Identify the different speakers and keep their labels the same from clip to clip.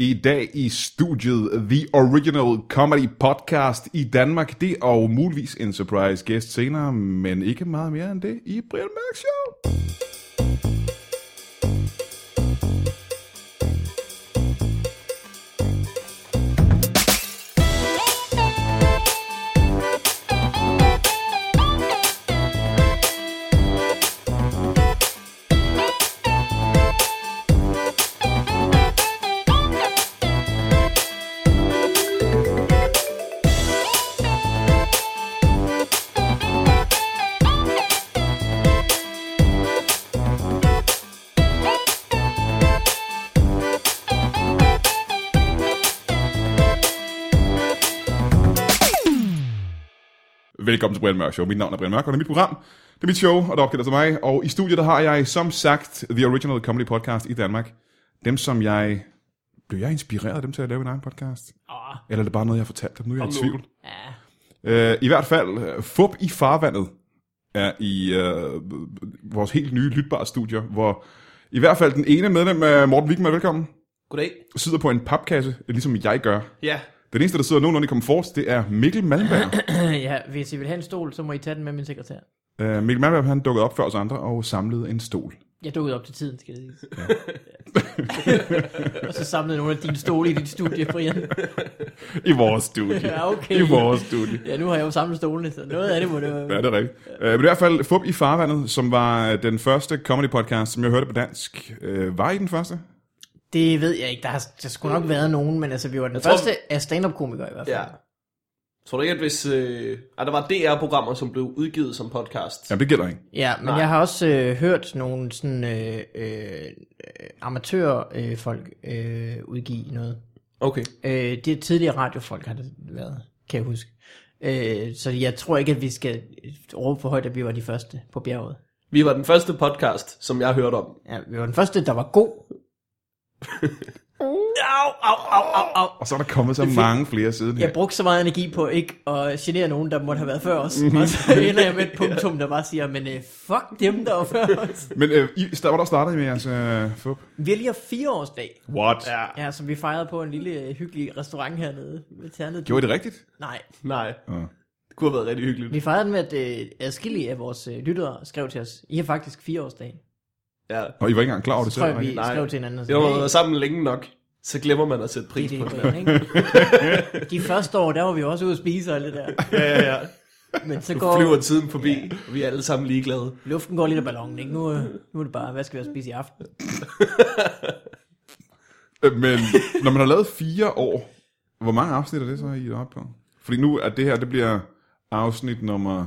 Speaker 1: I dag i studiet The Original Comedy Podcast i Danmark. Det og muligvis en surprise gæst senere, men ikke meget mere end det i Brian Mørk Show. Velkommen til Brian Mørk Show. Mit navn er Brian Mørk, og det er mit program. Det er mit show, og der opkalder til mig. Og i studiet der har jeg, som sagt, The Original Comedy Podcast i Danmark. Dem, som jeg... Blev jeg inspireret af dem til at lave en egen podcast?
Speaker 2: Åh,
Speaker 1: Eller er det bare noget, jeg har fortalt dem? Nu er jeg i
Speaker 2: Kom nu.
Speaker 1: tvivl.
Speaker 2: ja.
Speaker 1: Øh, I hvert fald, øh, Fup i farvandet er i øh, vores helt nye lytbare studier, hvor i hvert fald den ene medlem, øh, Morten Wigman, velkommen,
Speaker 2: Goddag.
Speaker 1: sidder på en papkasse, ligesom jeg gør.
Speaker 2: Ja.
Speaker 1: Den eneste, der sidder nogenlunde i komfort, det er Mikkel Malmberg.
Speaker 2: ja, hvis I vil have en stol, så må I tage den med min sekretær.
Speaker 1: øh, Mikkel Malmberg, han dukkede op før os andre og samlede en stol.
Speaker 2: Jeg dukkede op til tiden, skal jeg sige. Ja. og så samlede nogle af dine stole i dit studie, Brian.
Speaker 1: I vores studie.
Speaker 2: Ja, okay.
Speaker 1: I vores studie.
Speaker 2: Ja, nu har jeg jo samlet stolene, så noget af det må det
Speaker 1: Ja,
Speaker 2: være.
Speaker 1: det er rigtigt. Øh, men i hvert fald, Fup i farvandet, som var den første comedy podcast, som jeg hørte på dansk. Øh, var I den første?
Speaker 2: Det ved jeg ikke. Der har der skulle nok været nogen, men altså, vi var den
Speaker 3: Jeg tror-
Speaker 2: første af stand-up-komikere i hvert fald.
Speaker 3: Ja. Tror du ikke, at hvis... Øh, ah, der var DR-programmer, som blev udgivet som podcast.
Speaker 1: Jamen, det gælder ikke.
Speaker 2: Ja, men
Speaker 3: Nej.
Speaker 2: jeg har også øh, hørt nogle sådan øh, øh, amatørfolk øh, folk, øh, udgive noget.
Speaker 3: Okay.
Speaker 2: Øh, det tidligere radiofolk har det været, kan jeg huske. Øh, så jeg tror ikke, at vi skal råbe for højt, at vi var de første på bjerget.
Speaker 3: Vi var den første podcast, som jeg hørte om.
Speaker 2: Ja, vi var den første, der var god. au, au, au, au, au.
Speaker 1: Og så er der kommet så mange flere siden her.
Speaker 2: Jeg brugte så meget energi på ikke at genere nogen, der måtte have været før os. Og så ender jeg med et punktum, der bare siger, men øh, fuck dem, der var før os.
Speaker 1: Men øh, I, sta- hvor der startede I med jeres øh, fup?
Speaker 2: Vi har lige haft fireårsdag,
Speaker 1: What? Ja.
Speaker 2: ja, som vi fejrede på en lille øh, hyggelig restaurant hernede. Ved Ternet.
Speaker 1: Gjorde I det rigtigt?
Speaker 2: Nej,
Speaker 3: Nej.
Speaker 1: Uh.
Speaker 3: Det kunne have været rigtig hyggeligt.
Speaker 2: Vi fejrede den med, at øh, adskillige af vores øh, lyttere skrev til os. I har faktisk fireårsdagen.
Speaker 3: Ja.
Speaker 1: Og I var ikke engang klar over det
Speaker 2: Så tror
Speaker 1: selv?
Speaker 2: jeg, vi
Speaker 1: rigtigt?
Speaker 3: nej.
Speaker 2: skrev til hinanden og
Speaker 3: Det var
Speaker 2: "Hey,
Speaker 3: været sammen længe nok. Så glemmer man at sætte pris
Speaker 2: det
Speaker 3: på
Speaker 2: er det,
Speaker 3: det.
Speaker 2: Brian, ikke? De første år, der var vi også ude at spise og alt det der.
Speaker 3: Ja, ja, ja.
Speaker 2: Men så
Speaker 3: Nu
Speaker 2: går
Speaker 3: flyver tiden forbi, og vi er alle sammen ligeglade.
Speaker 2: luften går lidt af ballonen, ikke? Nu, øh, nu er det bare, hvad skal vi have at spise i aften?
Speaker 1: Øh, Men når man har lavet fire år, hvor mange afsnit er det så, I er oppe på? Fordi nu er det her, det bliver afsnit nummer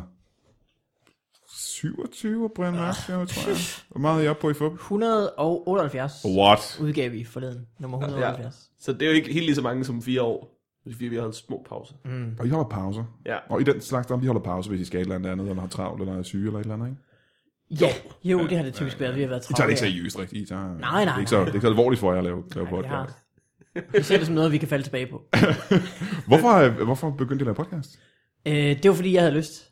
Speaker 1: 27, Brian
Speaker 2: Ah.
Speaker 1: Mørk, Show, tror jeg. Hvor meget er I oppe på i fup?
Speaker 2: 178
Speaker 1: What?
Speaker 2: udgav vi forleden. Nummer 178.
Speaker 3: Så det er jo ikke helt lige så mange som fire år. Fordi vi har holdt små pauser.
Speaker 1: Og I holder pauser.
Speaker 3: Ja.
Speaker 1: Og i den slags, der vi holder pauser, hvis I skal et eller andet andet, eller har travlt, eller er syge, eller et eller andet, ikke?
Speaker 2: Ja, jo, det har det typisk været. Vi har været
Speaker 1: I
Speaker 2: travlt.
Speaker 1: tager det ikke seriøst, rigtigt? I tager...
Speaker 2: nej,
Speaker 1: det er ikke så,
Speaker 2: nej.
Speaker 1: det er ikke så alvorligt for jer at lave, lave
Speaker 2: Vi har.
Speaker 1: podcast.
Speaker 2: Vi ser det som noget, vi kan falde tilbage på.
Speaker 1: Hvorfor, øh, hvorfor begyndte I at lave podcast?
Speaker 2: Øh, det var, fordi jeg havde lyst.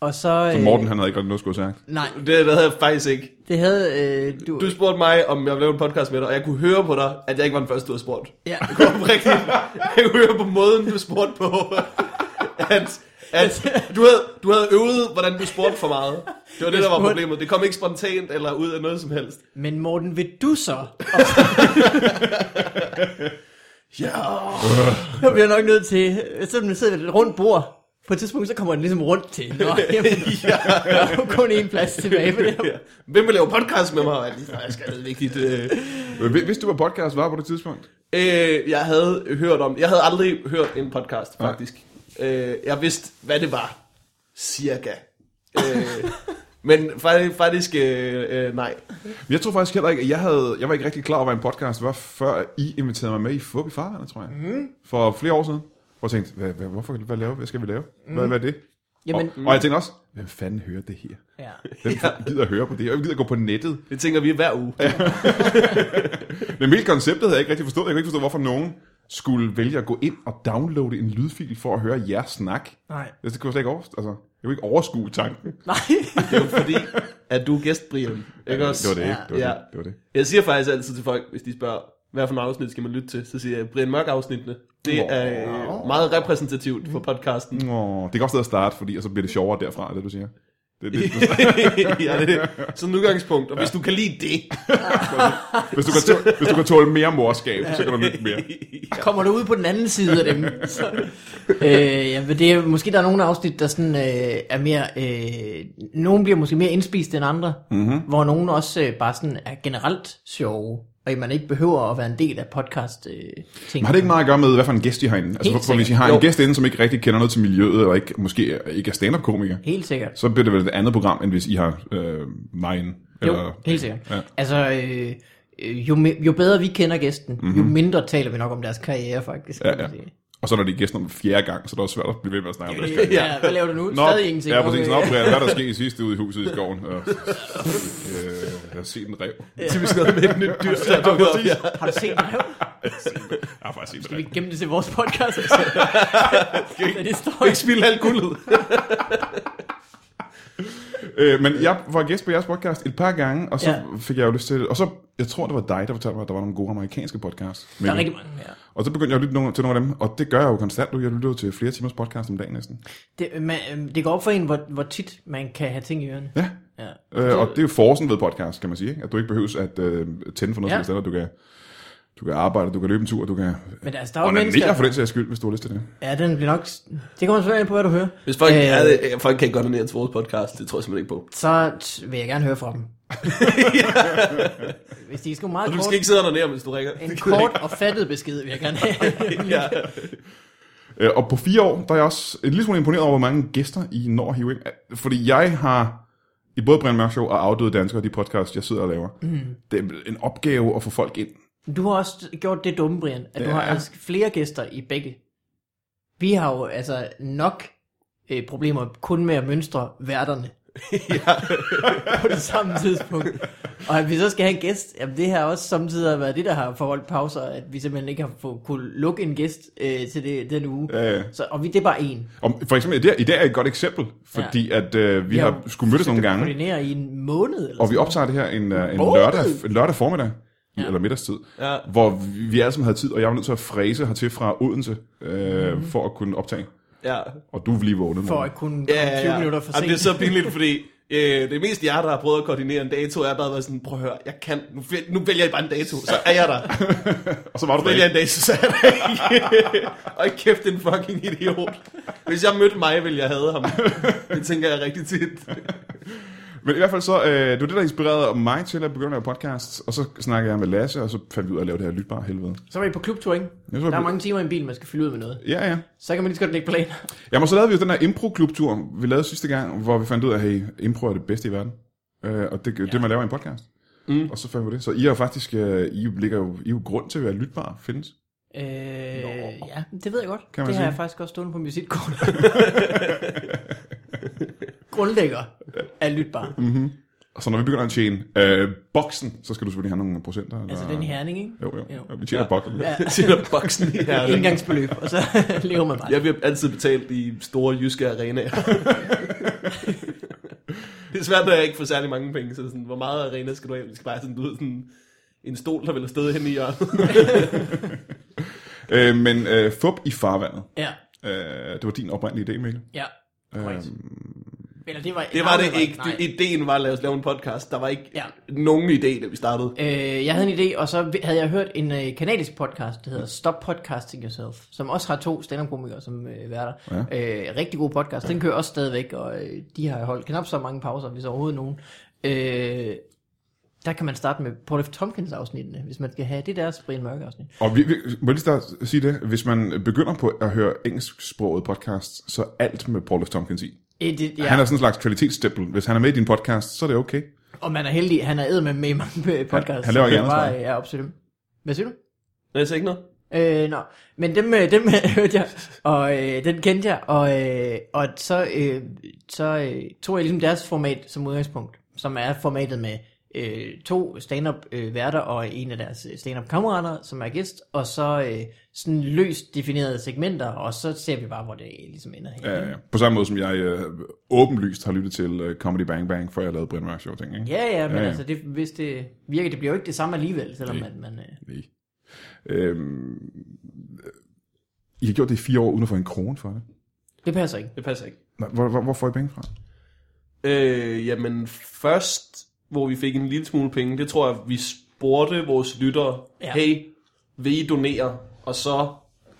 Speaker 2: Og så...
Speaker 1: Så
Speaker 2: øh,
Speaker 1: Morten, han havde ikke rigtig noget at skulle have sagt.
Speaker 2: Nej,
Speaker 3: Det, det havde jeg faktisk ikke.
Speaker 2: det havde... Øh, du,
Speaker 3: Du spurgte mig, om jeg ville lave en podcast med dig, og jeg kunne høre på dig, at jeg ikke var den første, du havde spurgt.
Speaker 2: Ja,
Speaker 3: Oprigtigt. Jeg kunne høre på måden, du spurgte på, at, at du, havde, du havde øvet, hvordan du spurgte for meget. Det var det, der var
Speaker 2: spurgte-
Speaker 3: problemet. Det kom ikke spontant eller ud af noget som helst.
Speaker 2: men Morten, vil du så?
Speaker 3: Ja.
Speaker 2: Jeg bliver nok nødt til, selvom du sidder ved et rundt bord, på et tidspunkt, så kommer den ligesom rundt til. Nå, jamen, der er jo kun én plads tilbage på det her.
Speaker 3: ja. Hvem vil lave podcast med mig? Nej, Jeg skal det er vigtigt. øh.
Speaker 1: Øh, Hvis du var podcast, var på det tidspunkt?
Speaker 3: Øh, jeg havde hørt om, jeg havde aldrig hørt en podcast, faktisk. Øh, jeg vidste, hvad det var. Cirka. Øh, men fa- faktisk, øh, øh, nej.
Speaker 1: Men Jeg tror faktisk heller ikke, at jeg, havde, jeg var ikke rigtig klar over, hvad en podcast var, før I inviterede mig med i Fup i farvandet, tror jeg. Mm. For flere år siden. Hvor jeg tænkte, hvad, hvad, hvorfor, hvad, laver, hvad skal vi lave? Hvad, hvad er det?
Speaker 2: Mm. Jamen,
Speaker 1: og, og jeg tænkte også, hvem fanden hører det her?
Speaker 2: ja.
Speaker 1: Hvem ja. gider at høre på det? Og jeg gider at gå på nettet.
Speaker 3: Det tænker vi hver uge.
Speaker 1: Men hele konceptet havde jeg ikke rigtig forstået. Jeg kunne ikke forstå, hvorfor nogen skulle vælge at gå ind og downloade en lydfil for at høre jeres snak.
Speaker 2: Nej.
Speaker 1: Altså, Det kunne jeg slet ikke overskue. Altså, jeg kunne ikke overskue tanken.
Speaker 2: Nej.
Speaker 3: Det er jo fordi, at du er gæst, Brian. Ikke også?
Speaker 1: Det var det ikke. Det var
Speaker 3: Ja.
Speaker 1: det. det, var det.
Speaker 3: Jeg siger faktisk altid til folk, hvis de spørger, hvad for nogle afsnit skal man lytte til? Så siger jeg, Brian Mørk afsnittene. Det
Speaker 1: Wow.
Speaker 3: er øh, meget repræsentativt for podcasten.
Speaker 1: Åh, det kan også stadig starte, fordi og så bliver det sjovere derfra, er det du siger. Det, det,
Speaker 3: ja, det er sådan et udgangspunkt. Og hvis du kan lide det,
Speaker 1: hvis, du kan tåle, hvis du kan tåle mere morskab, så kan du lytte mere.
Speaker 2: Kommer du ud på den anden side af dem? Så, øh, ja, men det er, måske der er nogle afsnit, der sådan, øh, er mere... Øh, nogle bliver måske mere indspist end andre, mm-hmm. hvor nogle også øh, bare sådan er generelt sjove, og man ikke behøver at være en del af podcast-ting. Øh,
Speaker 1: Men har det ikke meget at gøre med, hvad for en gæst de har inde? Altså,
Speaker 2: Helt
Speaker 1: for, for hvis I
Speaker 2: sikkert.
Speaker 1: har en
Speaker 3: Jo.
Speaker 1: gæst inde, som ikke rigtig kender noget til miljøet, og ikke, måske ikke er stand-up-komiker,
Speaker 2: Helt sikkert.
Speaker 1: så bliver det vel et andet program, end hvis I har øh, mig inde.
Speaker 2: Jo, helt sikkert. Ja. Altså, øh, øh, jo, me- jo bedre vi kender gæsten, mm-hmm. jo mindre taler vi nok om deres karriere, faktisk. kan
Speaker 1: Mhm. Ja,
Speaker 2: man
Speaker 1: ja.
Speaker 2: sige.
Speaker 1: Og så når det er gæster om fjerde gang, så er det også svært at blive ved med at snakke om det.
Speaker 2: Øh, ja. Hvad laver du nu? Nå, Stadig ingenting. Øh,
Speaker 1: Ja, præcis.
Speaker 2: Okay.
Speaker 1: Nå, Brian, hvad er der skete i sidste ude i huset i skoven? Og, øh, jeg har set en rev.
Speaker 3: så er vi sådan noget med et nyt dyr, der dukker op. Ja.
Speaker 2: Har du set mig?
Speaker 1: Jeg har faktisk set en rev.
Speaker 2: Vi kan gemme det til vores podcast. Altså. det, det står
Speaker 3: Ikke spilde alt guldet.
Speaker 1: Øh, men jeg var gæst på jeres podcast et par gange, og så
Speaker 2: Ja.
Speaker 1: ja. fik jeg jo lyst til det. Og så, jeg tror, det var dig, der fortalte mig, at der var nogle gode amerikanske podcasts.
Speaker 2: Der er rigtig mange. Ja.
Speaker 1: Og så begyndte jeg at lytte nogle- til nogle af dem, og det gør jeg jo konstant. nu. Jeg lytter jo til flere timers podcast om dagen næsten.
Speaker 2: Det, man, øhm, det går op for en, hvor, hvor tit man kan have ting i ørerne.
Speaker 1: Ja.
Speaker 2: Ja.
Speaker 1: Øh, og det er jo forsen ved podcast, kan man sige. ikke? At du ikke behøves at øh, tænde for noget,
Speaker 2: Ja.
Speaker 1: ja. du kan... Du kan arbejde, du kan løbe en tur, du kan
Speaker 2: Men altså, der er jo
Speaker 1: onanere for
Speaker 2: mennesker...
Speaker 1: den sags skyld, hvis du har lyst til det.
Speaker 2: Ja, den bliver nok... Det kommer selvfølgelig an på, hvad du hører.
Speaker 3: Hvis folk, øh, ja, det- folk kan ikke godt ned til vores podcast, det tror jeg simpelthen ikke på.
Speaker 2: Så t- vil jeg gerne høre fra dem. Hvis de skal meget
Speaker 3: Og du
Speaker 2: kort,
Speaker 3: skal ikke sidde og ned, hvis du ringer.
Speaker 2: en kort og fattet besked, vil jeg gerne have.
Speaker 3: Ja.
Speaker 1: Øh, Og på fire år, der er jeg også en lille smule imponeret over, hvor mange gæster I når at hive ind. Øh, Fordi jeg har i både Brian Mørk Show og Afdøde Danskere, de podcasts, jeg sidder og laver, mm. det er en opgave at få folk ind.
Speaker 2: Du har også gjort det dumme, Brian, at du har
Speaker 1: Ja.
Speaker 2: altså flere gæster i begge. Vi har jo altså nok øh, problemer kun med at mønstre værterne på det samme tidspunkt. Og at vi så skal have en gæst, jamen det har også samtidig været det, der har forholdt pauser, at vi simpelthen ikke har få, kunne lukke en gæst øh, til det, den uge.
Speaker 1: Ja, ja.
Speaker 2: Så, og vi, det er bare en.
Speaker 1: Og for eksempel, i dag, i dag er et godt eksempel, fordi ja. at øh, vi
Speaker 2: Ja.
Speaker 1: har skulle mødes nogle gange,
Speaker 2: Koordinere i en måned eller
Speaker 1: og vi
Speaker 2: sådan
Speaker 1: optager det her en, øh, en,
Speaker 2: Måned!
Speaker 1: lørdag, en lørdag formiddag, ja.
Speaker 2: Ja.
Speaker 1: eller middagstid,
Speaker 3: Ja.
Speaker 1: hvor vi, vi alle sammen havde tid, og jeg var nødt til at fræse hertil fra Odense, øh, mm. for at kunne optage.
Speaker 3: Ja.
Speaker 1: Og du er lige vågnet.
Speaker 2: For
Speaker 1: Morten.
Speaker 2: at kunne
Speaker 3: Ja,
Speaker 2: komme
Speaker 3: ja,
Speaker 2: 20
Speaker 3: ja.
Speaker 2: minutter for sent.
Speaker 3: Jamen, det er så pinligt, fordi øh, det er mest jer, der har prøvet at koordinere en dato, og jeg har bare været sådan, prøv at høre, jeg kan, nu, vælger- nu vælger jeg bare en dato, så er jeg der.
Speaker 1: Og så var du
Speaker 3: vælger
Speaker 1: der.
Speaker 3: en dato, så er jeg der ikke. og ikke kæft, en fucking idiot. Hvis jeg mødte mig, ville jeg have ham. Det tænker jeg rigtig tit.
Speaker 1: Men i hvert fald så, øh, det var det, der inspirerede mig til at begynde at lave podcast, og så snakkede jeg med Lasse, og så fandt vi ud af at lave det her lytbare helvede.
Speaker 2: Så var I på klubtur, ikke?
Speaker 1: Jeg tror,
Speaker 2: Der er
Speaker 1: jeg-
Speaker 2: mange timer i en bil, man skal fylde ud med noget.
Speaker 1: Ja, ja.
Speaker 2: Så kan man lige så godt lægge planer.
Speaker 1: Jamen, og så lavede vi jo den her impro-klubtur, vi lavede sidste gang, hvor vi fandt ud af, at hey, impro er det bedste i verden. Øh, og det, ja. det, man laver i en podcast. Mm. Og så fandt vi det. Så I er jo faktisk, øh, I ligger jo, I er jo grund til, at lytbare findes.
Speaker 2: Øh, ja, det ved jeg godt.
Speaker 1: Kan man
Speaker 2: det har
Speaker 1: sige.
Speaker 2: jeg faktisk også stående på min visitkort. Grundlægger er lytbar. Mm.
Speaker 1: Og så når vi begynder at tjene øh, boksen, så skal du selvfølgelig have nogle procenter. Eller,
Speaker 2: Altså den herning, ikke?
Speaker 1: Jo, jo.
Speaker 2: Jo.
Speaker 1: jo. Vi tjener ja.
Speaker 3: Ja.
Speaker 1: boksen. Ja.
Speaker 2: Ja,
Speaker 3: Til at boksen i her.
Speaker 2: indgangsbeløb, og så lever man bare.
Speaker 3: Jeg bliver altid betalt i store jyske arenaer. det er svært, når jeg ikke får særlig mange penge, så det er sådan, hvor meget arena skal du have? Vi skal bare have sådan, du ved, sådan en stol, der vil have stået hen i hjørnet.
Speaker 1: Øh, men øh, fup i farvandet.
Speaker 2: Ja,
Speaker 1: Øh, det var din oprindelige idé, Mikkel.
Speaker 2: ja. Korrekt. Eller det var,
Speaker 3: Det var det
Speaker 2: nej,
Speaker 3: ikke.
Speaker 2: nej.
Speaker 3: Det, ideen var at lave, lave en podcast. Der var ikke
Speaker 2: Ja.
Speaker 3: ja. nogen idé, da vi startede.
Speaker 2: Øh, jeg havde en idé, og så havde jeg hørt en øh, kanadisk podcast, der hedder Stop Podcasting Yourself, som også har to stand-up-komikere som øh, værter. Ja. Øh, rigtig god podcast. Den kører også stadigvæk, og øh, de har holdt knap så mange pauser, hvis overhovedet nogen. Øh, der kan man starte med Paul F. Tompkins afsnittene, hvis man skal have det deres Brian Mørk afsnit.
Speaker 1: Og vi, vi, må jeg lige starte sige det? Hvis man begynder på at høre engelsksproget podcast, så alt med Paul F. Tompkins i.
Speaker 2: Øh, det,
Speaker 1: Ja. Han
Speaker 2: ja,
Speaker 1: er sådan en slags kvalitetsstempel. Hvis han er med i din podcast, så er det okay.
Speaker 2: og man er heldig, han er æd med, med i mange øh, podcasts.
Speaker 1: han laver ikke
Speaker 2: så det er
Speaker 1: andet,
Speaker 2: bare,
Speaker 1: tror
Speaker 2: øh, er op til dem. Hvad siger du?
Speaker 3: Men jeg sagde ikke noget.
Speaker 2: Øh, nå. Men dem, øh, dem øh, hørte jeg, og øh, den kendte jeg, og, øh, og så, øh, så øh, tog jeg ligesom deres format som udgangspunkt, som er formatet med øh, to stand-up øh, værter og en af deres øh, stand-up kammerater, som er gæst, og så øh, sådan løst definerede segmenter, og så ser vi bare, hvor det ligesom ender hen.
Speaker 1: Ja, ja. På samme måde som jeg øh, åbenlyst har lyttet til øh, Comedy Bang Bang, før jeg lavede Brian Mørk Show ting. Ikke?
Speaker 2: Ja, ja,
Speaker 1: Ja,
Speaker 2: men ja,
Speaker 1: ja.
Speaker 2: altså, det, hvis det virker, det bliver jo ikke det samme alligevel, selvom at man... Øh,
Speaker 1: Nej. Øhm, I har gjort det i fire år, uden at få en krone for det.
Speaker 2: Det passer ikke.
Speaker 3: Det passer ikke.
Speaker 1: Nå, Hvor, hvor, hvor får I penge fra?
Speaker 3: Øh, jamen, først, hvor vi fik en lille smule penge, det tror jeg, vi spurgte vores lyttere,
Speaker 2: Ja.
Speaker 3: ja. hey, vil I donere? Og så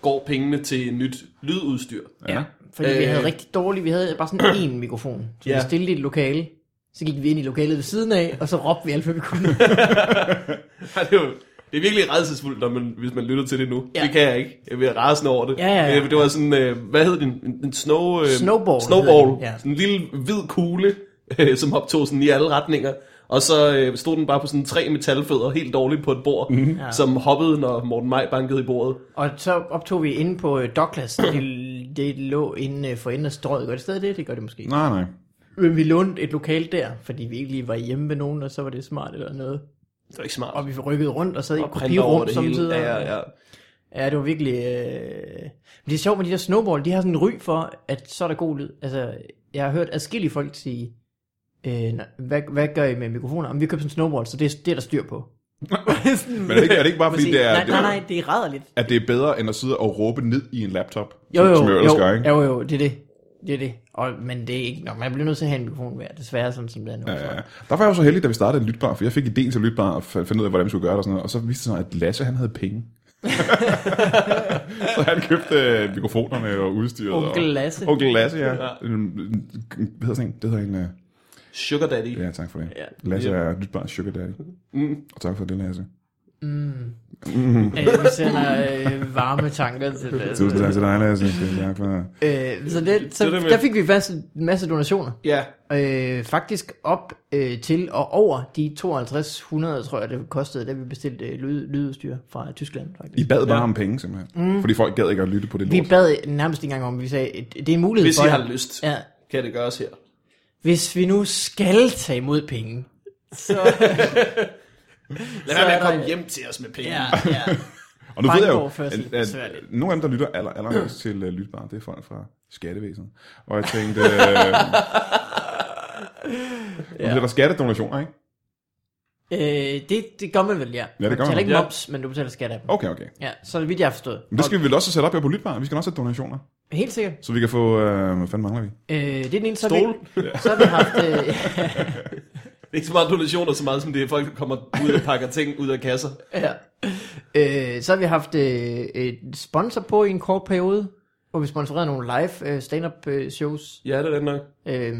Speaker 3: går pengene til nyt lydudstyr.
Speaker 2: Ja. Fordi øh, vi
Speaker 3: Øh.
Speaker 2: havde rigtig dårligt, vi havde bare sådan én mikrofon, så vi
Speaker 3: Ja.
Speaker 2: stillede i et lokale. Så gik vi ind i lokalet ved siden af, og så råbte vi alt, hvad vi kunne.
Speaker 3: Ja, det, er jo, det er virkelig redselsfuldt, når man, hvis man lytter til det nu.
Speaker 2: Ja.
Speaker 3: Ja. Det kan jeg ikke. Jeg bliver rasende over det.
Speaker 2: Ja, ja, ja.
Speaker 3: Øh, Det var sådan, øh, hvad hed det? En, en- en snow, øh,
Speaker 2: Snowball hedder den,
Speaker 3: Snowball.
Speaker 2: ja.
Speaker 3: Ja. Sådan en lille hvid kugle, øh, som optog sådan i alle retninger. Og så øh, stod den bare på sådan tre metalfødder, helt dårligt på et bord, mm-hmm.
Speaker 2: Ja.
Speaker 3: som hoppede, når Morten Maj bankede i bordet.
Speaker 2: og så optog vi inde på øh, Douglas, det, det lå inde øh, for enden af strøget. Gør det stadig det? Det gør det måske.
Speaker 1: Nej, nej.
Speaker 2: Men vi lånte et lokal der, fordi vi ikke lige var hjemme ved nogen, og så var det smart eller noget.
Speaker 3: Det var ikke smart.
Speaker 2: Og vi rykkede rundt og sad i
Speaker 3: Og printer over
Speaker 2: kopirum
Speaker 3: det
Speaker 2: samtidig.
Speaker 3: hele. Ja, ja, ja.
Speaker 2: ja, det var virkelig... Øh... Men det er sjovt med de der snowball, de har sådan en ry for, at så er der god lyd. Altså, jeg har hørt adskillige folk sige, øh, nej, hvad, hvad gør I med mikrofoner? Om vi købte sådan en snowball, så det, er- det er der styr på.
Speaker 1: Men er det ikke, er det ikke bare, fordi det er,
Speaker 2: nej, nej, nej, det er ræderligt.
Speaker 1: at det er bedre, end at sidde og råbe ned i en laptop,
Speaker 2: Jo, jo,
Speaker 1: som jeg ellers
Speaker 2: jo,
Speaker 1: gør, ikke?
Speaker 2: jo, jo, det er det. Det er det. Og, men det er ikke nok. Man bliver nødt til at have en mikrofon hver, desværre, sådan som det er nu.
Speaker 1: Ja, ja. Der var jeg jo så heldig, da vi startede en lytbar, for jeg fik idéen til lytbar og f- fandt ud af, hvordan vi skulle gøre det og sådan noget. Og så viste det sig, at Lasse han havde penge. så han købte øh, mikrofonerne og udstyret.
Speaker 2: Onkel
Speaker 1: og,
Speaker 2: Lasse.
Speaker 1: Onkel Lasse, ja. ja. Hvad hedder sådan en? Det hedder en... øh,
Speaker 3: Sugar Daddy.
Speaker 1: Ja, tak for det.
Speaker 2: Ja.
Speaker 1: Lasse er lytbar sugar daddy. Mm. Og tak for det, Lasse.
Speaker 2: Øh, vi sender øh, varme tanker til det.
Speaker 1: Tusind tak til dig, Lasse. Det er jeg for.
Speaker 2: Øh, så det, så
Speaker 3: Det er det med-
Speaker 2: der fik vi faktisk en masse donationer.
Speaker 3: ja.
Speaker 2: Øh, faktisk op øh, til og over de 5200, tror jeg, det kostede, da vi bestilte øh, lyd, lydudstyr fra Tyskland. Faktisk.
Speaker 1: I bad bare ja. om penge, simpelthen. Mm. Fordi folk gad ikke at lytte på det
Speaker 2: Vi
Speaker 1: lort.
Speaker 2: bad nærmest ikke engang om, vi sagde, at det er en mulighed
Speaker 3: Hvis
Speaker 2: for
Speaker 3: I
Speaker 2: jer.
Speaker 3: har lyst, ja.
Speaker 2: Ja,
Speaker 3: kan det gøres her.
Speaker 2: hvis vi nu skal tage imod penge, så...
Speaker 3: Lad
Speaker 2: Så
Speaker 3: være med
Speaker 2: er
Speaker 3: at
Speaker 2: der
Speaker 3: komme
Speaker 2: en-
Speaker 3: hjem til os med penge.
Speaker 2: ja, ja.
Speaker 1: Og nu ved jeg jo,
Speaker 2: Bankoverførsel.
Speaker 1: at, at,
Speaker 2: Svært.
Speaker 1: at nogle af dem, der lytter aller, allermest til uh, Lytbar, det er folk fra Skattevæsenet. Og jeg tænkte, øh, nu bliver der skattedonationer, ikke?
Speaker 2: Øh, det, det gør man vel, ja.
Speaker 1: gør
Speaker 2: du betaler
Speaker 1: man.
Speaker 2: ikke
Speaker 3: Ja.
Speaker 2: moms, men du betaler skat af dem.
Speaker 1: Okay, okay.
Speaker 2: Ja, så vidt jeg har forstået.
Speaker 1: Men det skal vi vel også sætte op her på Lytbar. Vi skal også have donationer,
Speaker 2: Og, helt sikkert.
Speaker 1: så vi kan få... Øh, hvad fanden mangler vi?
Speaker 2: Øh, det er den ene, så har
Speaker 3: Stol.
Speaker 2: vi, så har vi haft... Øh,
Speaker 3: Det er ikke så meget donationer, så meget som det er folk, der kommer ud og pakker ting ud af kasser.
Speaker 2: Ja. Øh, så har vi haft øh, et sponsor på i en kort periode, hvor vi sponsorerede nogle live øh, stand-up øh, shows.
Speaker 3: Ja, det er det nok.
Speaker 2: Øh,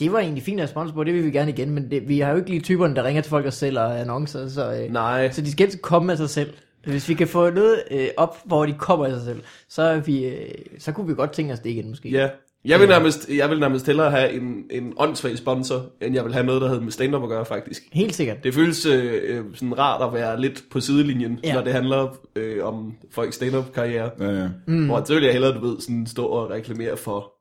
Speaker 2: det var egentlig fint at have sponsor på, det vil vi gerne igen, men det, vi har jo ikke lige typerne, der ringer til folk og sælger annoncer, så, øh,
Speaker 3: Nej.
Speaker 2: så de skal helst komme af sig selv. Hvis vi kan få noget øh, op, hvor de kommer af sig selv, så, er vi, øh, så kunne vi godt tænke os det igen måske.
Speaker 3: Ja. Jeg vil nærmest, jeg vil nærmest hellere have en, en åndssvag sponsor, end jeg vil have noget, der havde med stand-up at gøre, faktisk.
Speaker 2: Helt sikkert.
Speaker 3: Det føles øh, øh, sådan rart at være lidt på sidelinjen,
Speaker 2: Ja.
Speaker 3: ja. når det handler øh, om folks stand-up-karriere.
Speaker 1: Ja, ja.
Speaker 3: Mm. Hvor så vil jeg hellere, du ved, sådan stå og reklamere for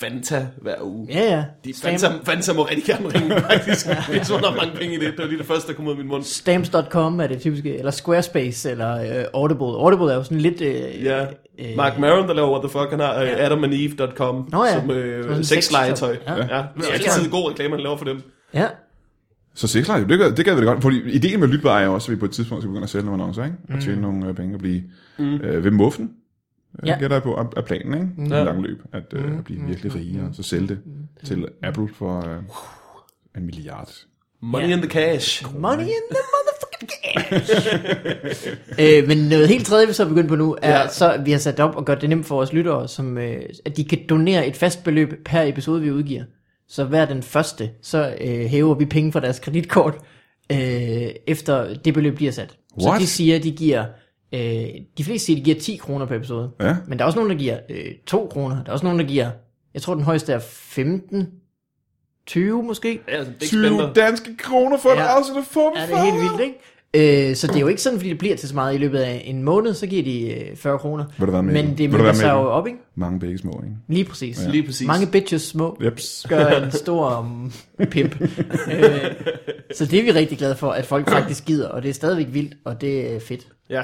Speaker 3: Fanta hver uge.
Speaker 2: Ja, ja.
Speaker 3: De
Speaker 2: Stamp-
Speaker 3: Fanta, Fanta må rigtig gerne ringe, faktisk. Jeg tror, der er mange penge i det. Det var lige det første, der kom ud af min mund.
Speaker 2: Stamps.com er det typiske, eller Squarespace, eller øh, Audible. Audible er jo sådan lidt... Øh,
Speaker 3: Ja.
Speaker 2: øh,
Speaker 3: Mark Maron, der laver What the Fuck, han har øh, ja. adamandeve.com
Speaker 2: Nå ja.
Speaker 3: som
Speaker 2: Sådan
Speaker 3: øh,
Speaker 2: en
Speaker 3: sexlegetøj.
Speaker 2: sexshop.
Speaker 3: Ja.
Speaker 2: Ja.
Speaker 3: ja. Det er altid god reklame, han laver for dem.
Speaker 2: Ja,
Speaker 1: Så sexleje, det, gør- det gad vi da godt. Fordi ideen med Lytbar er jo også, at vi på et tidspunkt skal begynde at sælge nogle annoncer, ikke?
Speaker 2: Mm.
Speaker 1: Og tjene nogle øh, penge og blive mm. øh, ved muffen. Ja.
Speaker 2: Ja. Mm.
Speaker 1: Jeg gætter jeg på, er er planen, ikke? Mm. I
Speaker 3: Ja.
Speaker 1: lang løb, at, øh, at blive virkelig rige, og så sælge det til Apple for øh, en milliard.
Speaker 3: Money
Speaker 2: Ja.
Speaker 3: in the cash.
Speaker 2: Money in the motherfucking cash. øh, men noget helt tredje, vi så er begyndt på nu, er, ja.
Speaker 3: Ja.
Speaker 2: så vi har sat op og gjort det nemt for vores lyttere, som, øh, at de kan donere et fast beløb per episode, vi udgiver. Så hver den første, så øh, hæver vi penge fra deres kreditkort, øh, efter det beløb, de har sat.
Speaker 1: What?
Speaker 2: Så de siger, de giver... Øh, de fleste siger, de giver 10 kroner per episode.
Speaker 1: Ja.
Speaker 2: Men der er også nogen, der giver øh, 2 kroner. Der er også nogen, der giver... Jeg tror, den højeste er 15... 20 måske?
Speaker 3: Ja, altså, big
Speaker 1: 20
Speaker 3: spender.
Speaker 1: danske kroner for ja. et
Speaker 2: Ja.
Speaker 1: afsnit af Formel
Speaker 2: Ja, det er helt vildt, ikke? Øh, så det er jo ikke sådan, fordi det bliver til så meget i løbet af en måned, så giver de øh, 40 kroner.
Speaker 1: Vil du være med i
Speaker 2: Men
Speaker 1: den? Vil
Speaker 2: det
Speaker 1: du
Speaker 2: melder
Speaker 1: være
Speaker 2: sig
Speaker 1: med i
Speaker 2: jo
Speaker 1: den?
Speaker 2: op, ikke?
Speaker 1: Mange begge små, ikke?
Speaker 2: Lige præcis.
Speaker 3: Lige præcis.
Speaker 2: Mange bitches små
Speaker 1: Jeps.
Speaker 2: gør en stor um, pimp. øh, så det er vi rigtig glade for, at folk faktisk gider, og det er stadigvæk vildt, og det er fedt.
Speaker 3: Ja.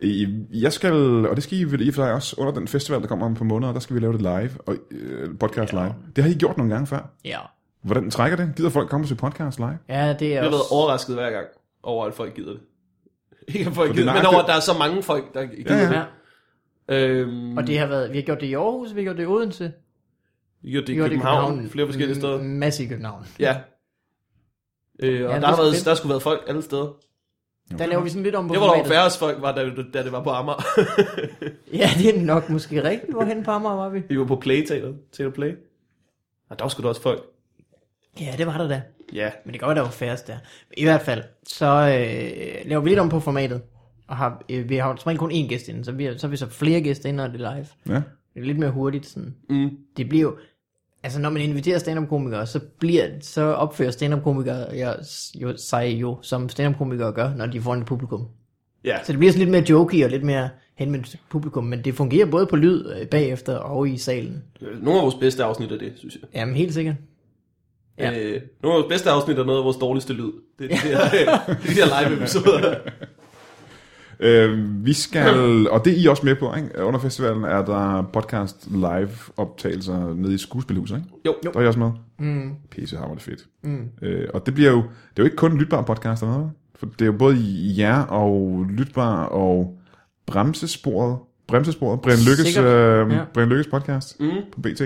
Speaker 1: I- Jeg skal, og det skal I vel i og for sig også, under den festival, der kommer om på måneder, der skal vi lave det live, og øh, podcast live. Det har I gjort nogle gange før.
Speaker 2: Ja.
Speaker 1: Hvordan trækker det? Gider folk komme til podcast live?
Speaker 2: Ja, det er
Speaker 3: Jeg har
Speaker 2: også...
Speaker 3: været overrasket hver gang over, at folk gider det. Ikke for
Speaker 1: det er
Speaker 3: givet, men
Speaker 1: nøjagtigt-
Speaker 3: over, at der er så mange folk, der gider
Speaker 1: Ja,
Speaker 3: ja,
Speaker 1: ja.
Speaker 3: ja.
Speaker 2: Ja.
Speaker 3: Øhm,
Speaker 2: Og det har været, vi har gjort det i Aarhus, vi har gjort det i Odense. Vi
Speaker 3: vi gjorde det i
Speaker 2: gjorde det
Speaker 3: København, flere forskellige steder.
Speaker 2: M- masse i København.
Speaker 3: Ja. Øh, og
Speaker 2: Ja,
Speaker 3: ja,
Speaker 2: det
Speaker 3: der, har
Speaker 2: er
Speaker 3: været,
Speaker 2: fedt.
Speaker 3: der skulle været folk alle steder.
Speaker 2: Der laver vi sådan lidt om på
Speaker 3: Det var der jo
Speaker 2: formatet.
Speaker 3: færrest folk, var, da, da det var på Amager.
Speaker 2: Ja, det er nok måske rigtigt. Hvorhen på Amager var vi?
Speaker 3: vi var på Playteateret. Teater Play. Og der var sgu da også folk.
Speaker 2: Ja, det var der da.
Speaker 3: Ja.
Speaker 2: Men det kan godt være, der var færrest der. I hvert fald, så øh, laver vi lidt om på formatet. Og har, øh, vi har jo som regel kun én gæst inden, så, vi har, så er vi så flere gæster inden, og det er live.
Speaker 1: Ja.
Speaker 2: Det er lidt mere hurtigt sådan.
Speaker 3: Mm.
Speaker 2: Det bliver jo, altså når man inviterer stand-up komikere, så, bliver, så opfører stand-up komikere ja, s- jo, sig jo, som stand-up komikere gør, når de er foran et publikum.
Speaker 3: Ja.
Speaker 2: Så det bliver sådan lidt mere jokey og lidt mere henvendt til publikum, men det fungerer både på lyd øh, bagefter og i salen.
Speaker 3: Nogle af vores bedste afsnit er det, synes jeg.
Speaker 2: Jamen helt sikkert. Ja.
Speaker 3: Ja. Øh, nogle af vores bedste afsnit er noget af vores dårligste lyd. Det er de der, det er de der live episoder.
Speaker 1: Øh, vi skal, og det er I også med på, ikke? Under festivalen er der podcast live optagelser nede i skuespilhuset, ikke?
Speaker 3: Jo.
Speaker 1: Der er I også med. Mm. Pisse hammer det fedt. Mm. Øh, og det bliver jo, det er jo ikke kun lytbare podcast eller noget, for det er jo både i jer og lytbar og bremsesporet, bremsesporet, Brian Lykkes, øh,
Speaker 2: Sikkert, ja.
Speaker 1: ja. Brian Lykkes podcast mm. på BT,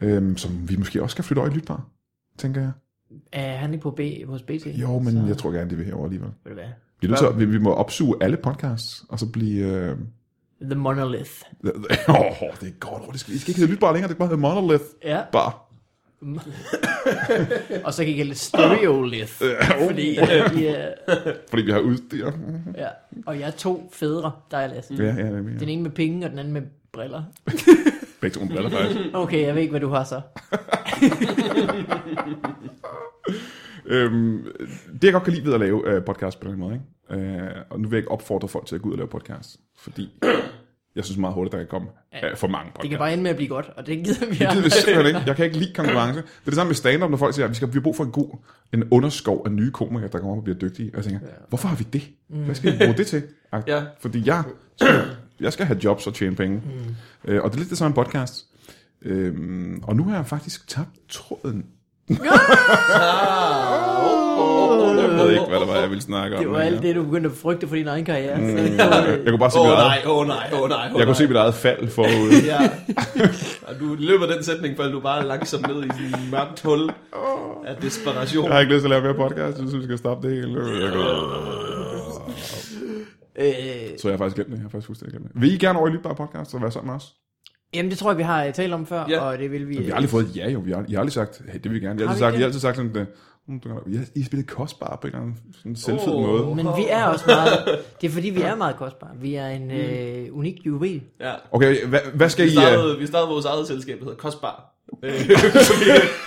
Speaker 1: øh, som vi måske også skal flytte over i lytbar, tænker jeg.
Speaker 2: Er han ikke på B, hos BT?
Speaker 1: Jo, men jeg tror gerne, det vil herover alligevel.
Speaker 2: Ved du hvad?
Speaker 1: Vi, er nødt til, at- vi, vi må opsuge alle podcasts, og så blive... Øh,
Speaker 2: The Monolith.
Speaker 1: Åh, oh, det er godt ord. Det skal, I skal ikke hedde lytbar længere, det kan bare hedde monolith.
Speaker 2: Ja.
Speaker 1: Bare.
Speaker 2: Og så kan I kalde det Stereolith. fordi, øh, I er,
Speaker 1: Fordi vi har udstyr.
Speaker 2: ja. Og jeg er to fædre, der er læst.
Speaker 1: Ja, ja, ja.
Speaker 2: Den ene med penge, og den anden med briller.
Speaker 1: Begge to briller, faktisk.
Speaker 2: Okay, jeg ved ikke, hvad du har så.
Speaker 1: øhm, det jeg godt kan lide ved at lave øh, podcast på den måde, ikke? Øh, og nu vil jeg ikke opfordre folk til at gå ud og lave podcast, fordi jeg synes meget hurtigt, der kan komme øh, for mange podcasts.
Speaker 2: Det kan bare ende med at blive godt, og det gider vi
Speaker 1: Det gider vi
Speaker 2: aldrig.
Speaker 1: simpelthen ikke. Jeg kan ikke lide konkurrence. Det er det samme med stand-up, når folk siger, at vi, skal, vi har brug for en god en underskov af nye komikere, der kommer op og bliver dygtige. Og jeg tænker, hvorfor har vi det? Hvad skal vi bruge det til?
Speaker 3: Ja.
Speaker 1: Fordi jeg skal, jeg skal have jobs og tjene penge. Mm. Øh, og det er lidt det samme med podcast. Øhm, og nu har jeg faktisk tabt tråden. Jeg ved ikke, hvad der var, jeg ville snakke om.
Speaker 2: Det var
Speaker 1: men
Speaker 2: alt
Speaker 1: ja.
Speaker 2: det, du begyndte at frygte for din egen karriere.
Speaker 1: Mm.
Speaker 2: øh,
Speaker 1: Jeg kunne bare se,
Speaker 3: Åh
Speaker 1: mit
Speaker 3: oh,
Speaker 1: eget,
Speaker 3: nej, åh oh, nej, åh oh, nej, åh oh,
Speaker 1: jeg kunne se
Speaker 3: nej.
Speaker 1: mit eget fald forud.
Speaker 3: Ja. Og du løber den sætning, for du bare er langsomt ned i sådan et mørkt hul af desperation.
Speaker 1: Jeg har ikke lyst til at lave mere podcast, jeg synes, vi skal stoppe det hele. Jeg kan-
Speaker 2: Øh,
Speaker 1: Så jeg har faktisk glemt det. Jeg har faktisk fuldstændig glemt det. Vil I gerne over i Lytbar Podcast og være sammen med os?
Speaker 2: jamen, det tror jeg, vi har øh, talt om før,
Speaker 3: Ja.
Speaker 2: og det vil vi... øh,
Speaker 1: Vi har aldrig fået et ja, jo. Vi har, I har aldrig sagt, hey, det vil vi gerne. Vi har, altid
Speaker 2: Har vi
Speaker 1: sagt,
Speaker 2: det?
Speaker 1: vi har altid sagt sådan, det, mm, du kan da- vi har, I har spillet kostbar på en eller anden sådan selvfed
Speaker 3: Åh.
Speaker 1: måde.
Speaker 2: Men vi er også meget... Det er fordi, vi er meget kostbare. Vi er en øh, unik juvel.
Speaker 3: Ja.
Speaker 1: Okay, hvad, hvad skal
Speaker 3: Vi
Speaker 1: I... Uh,
Speaker 3: startede, vi startede vores eget selskab, der hedder Kostbar. Øh, så vi-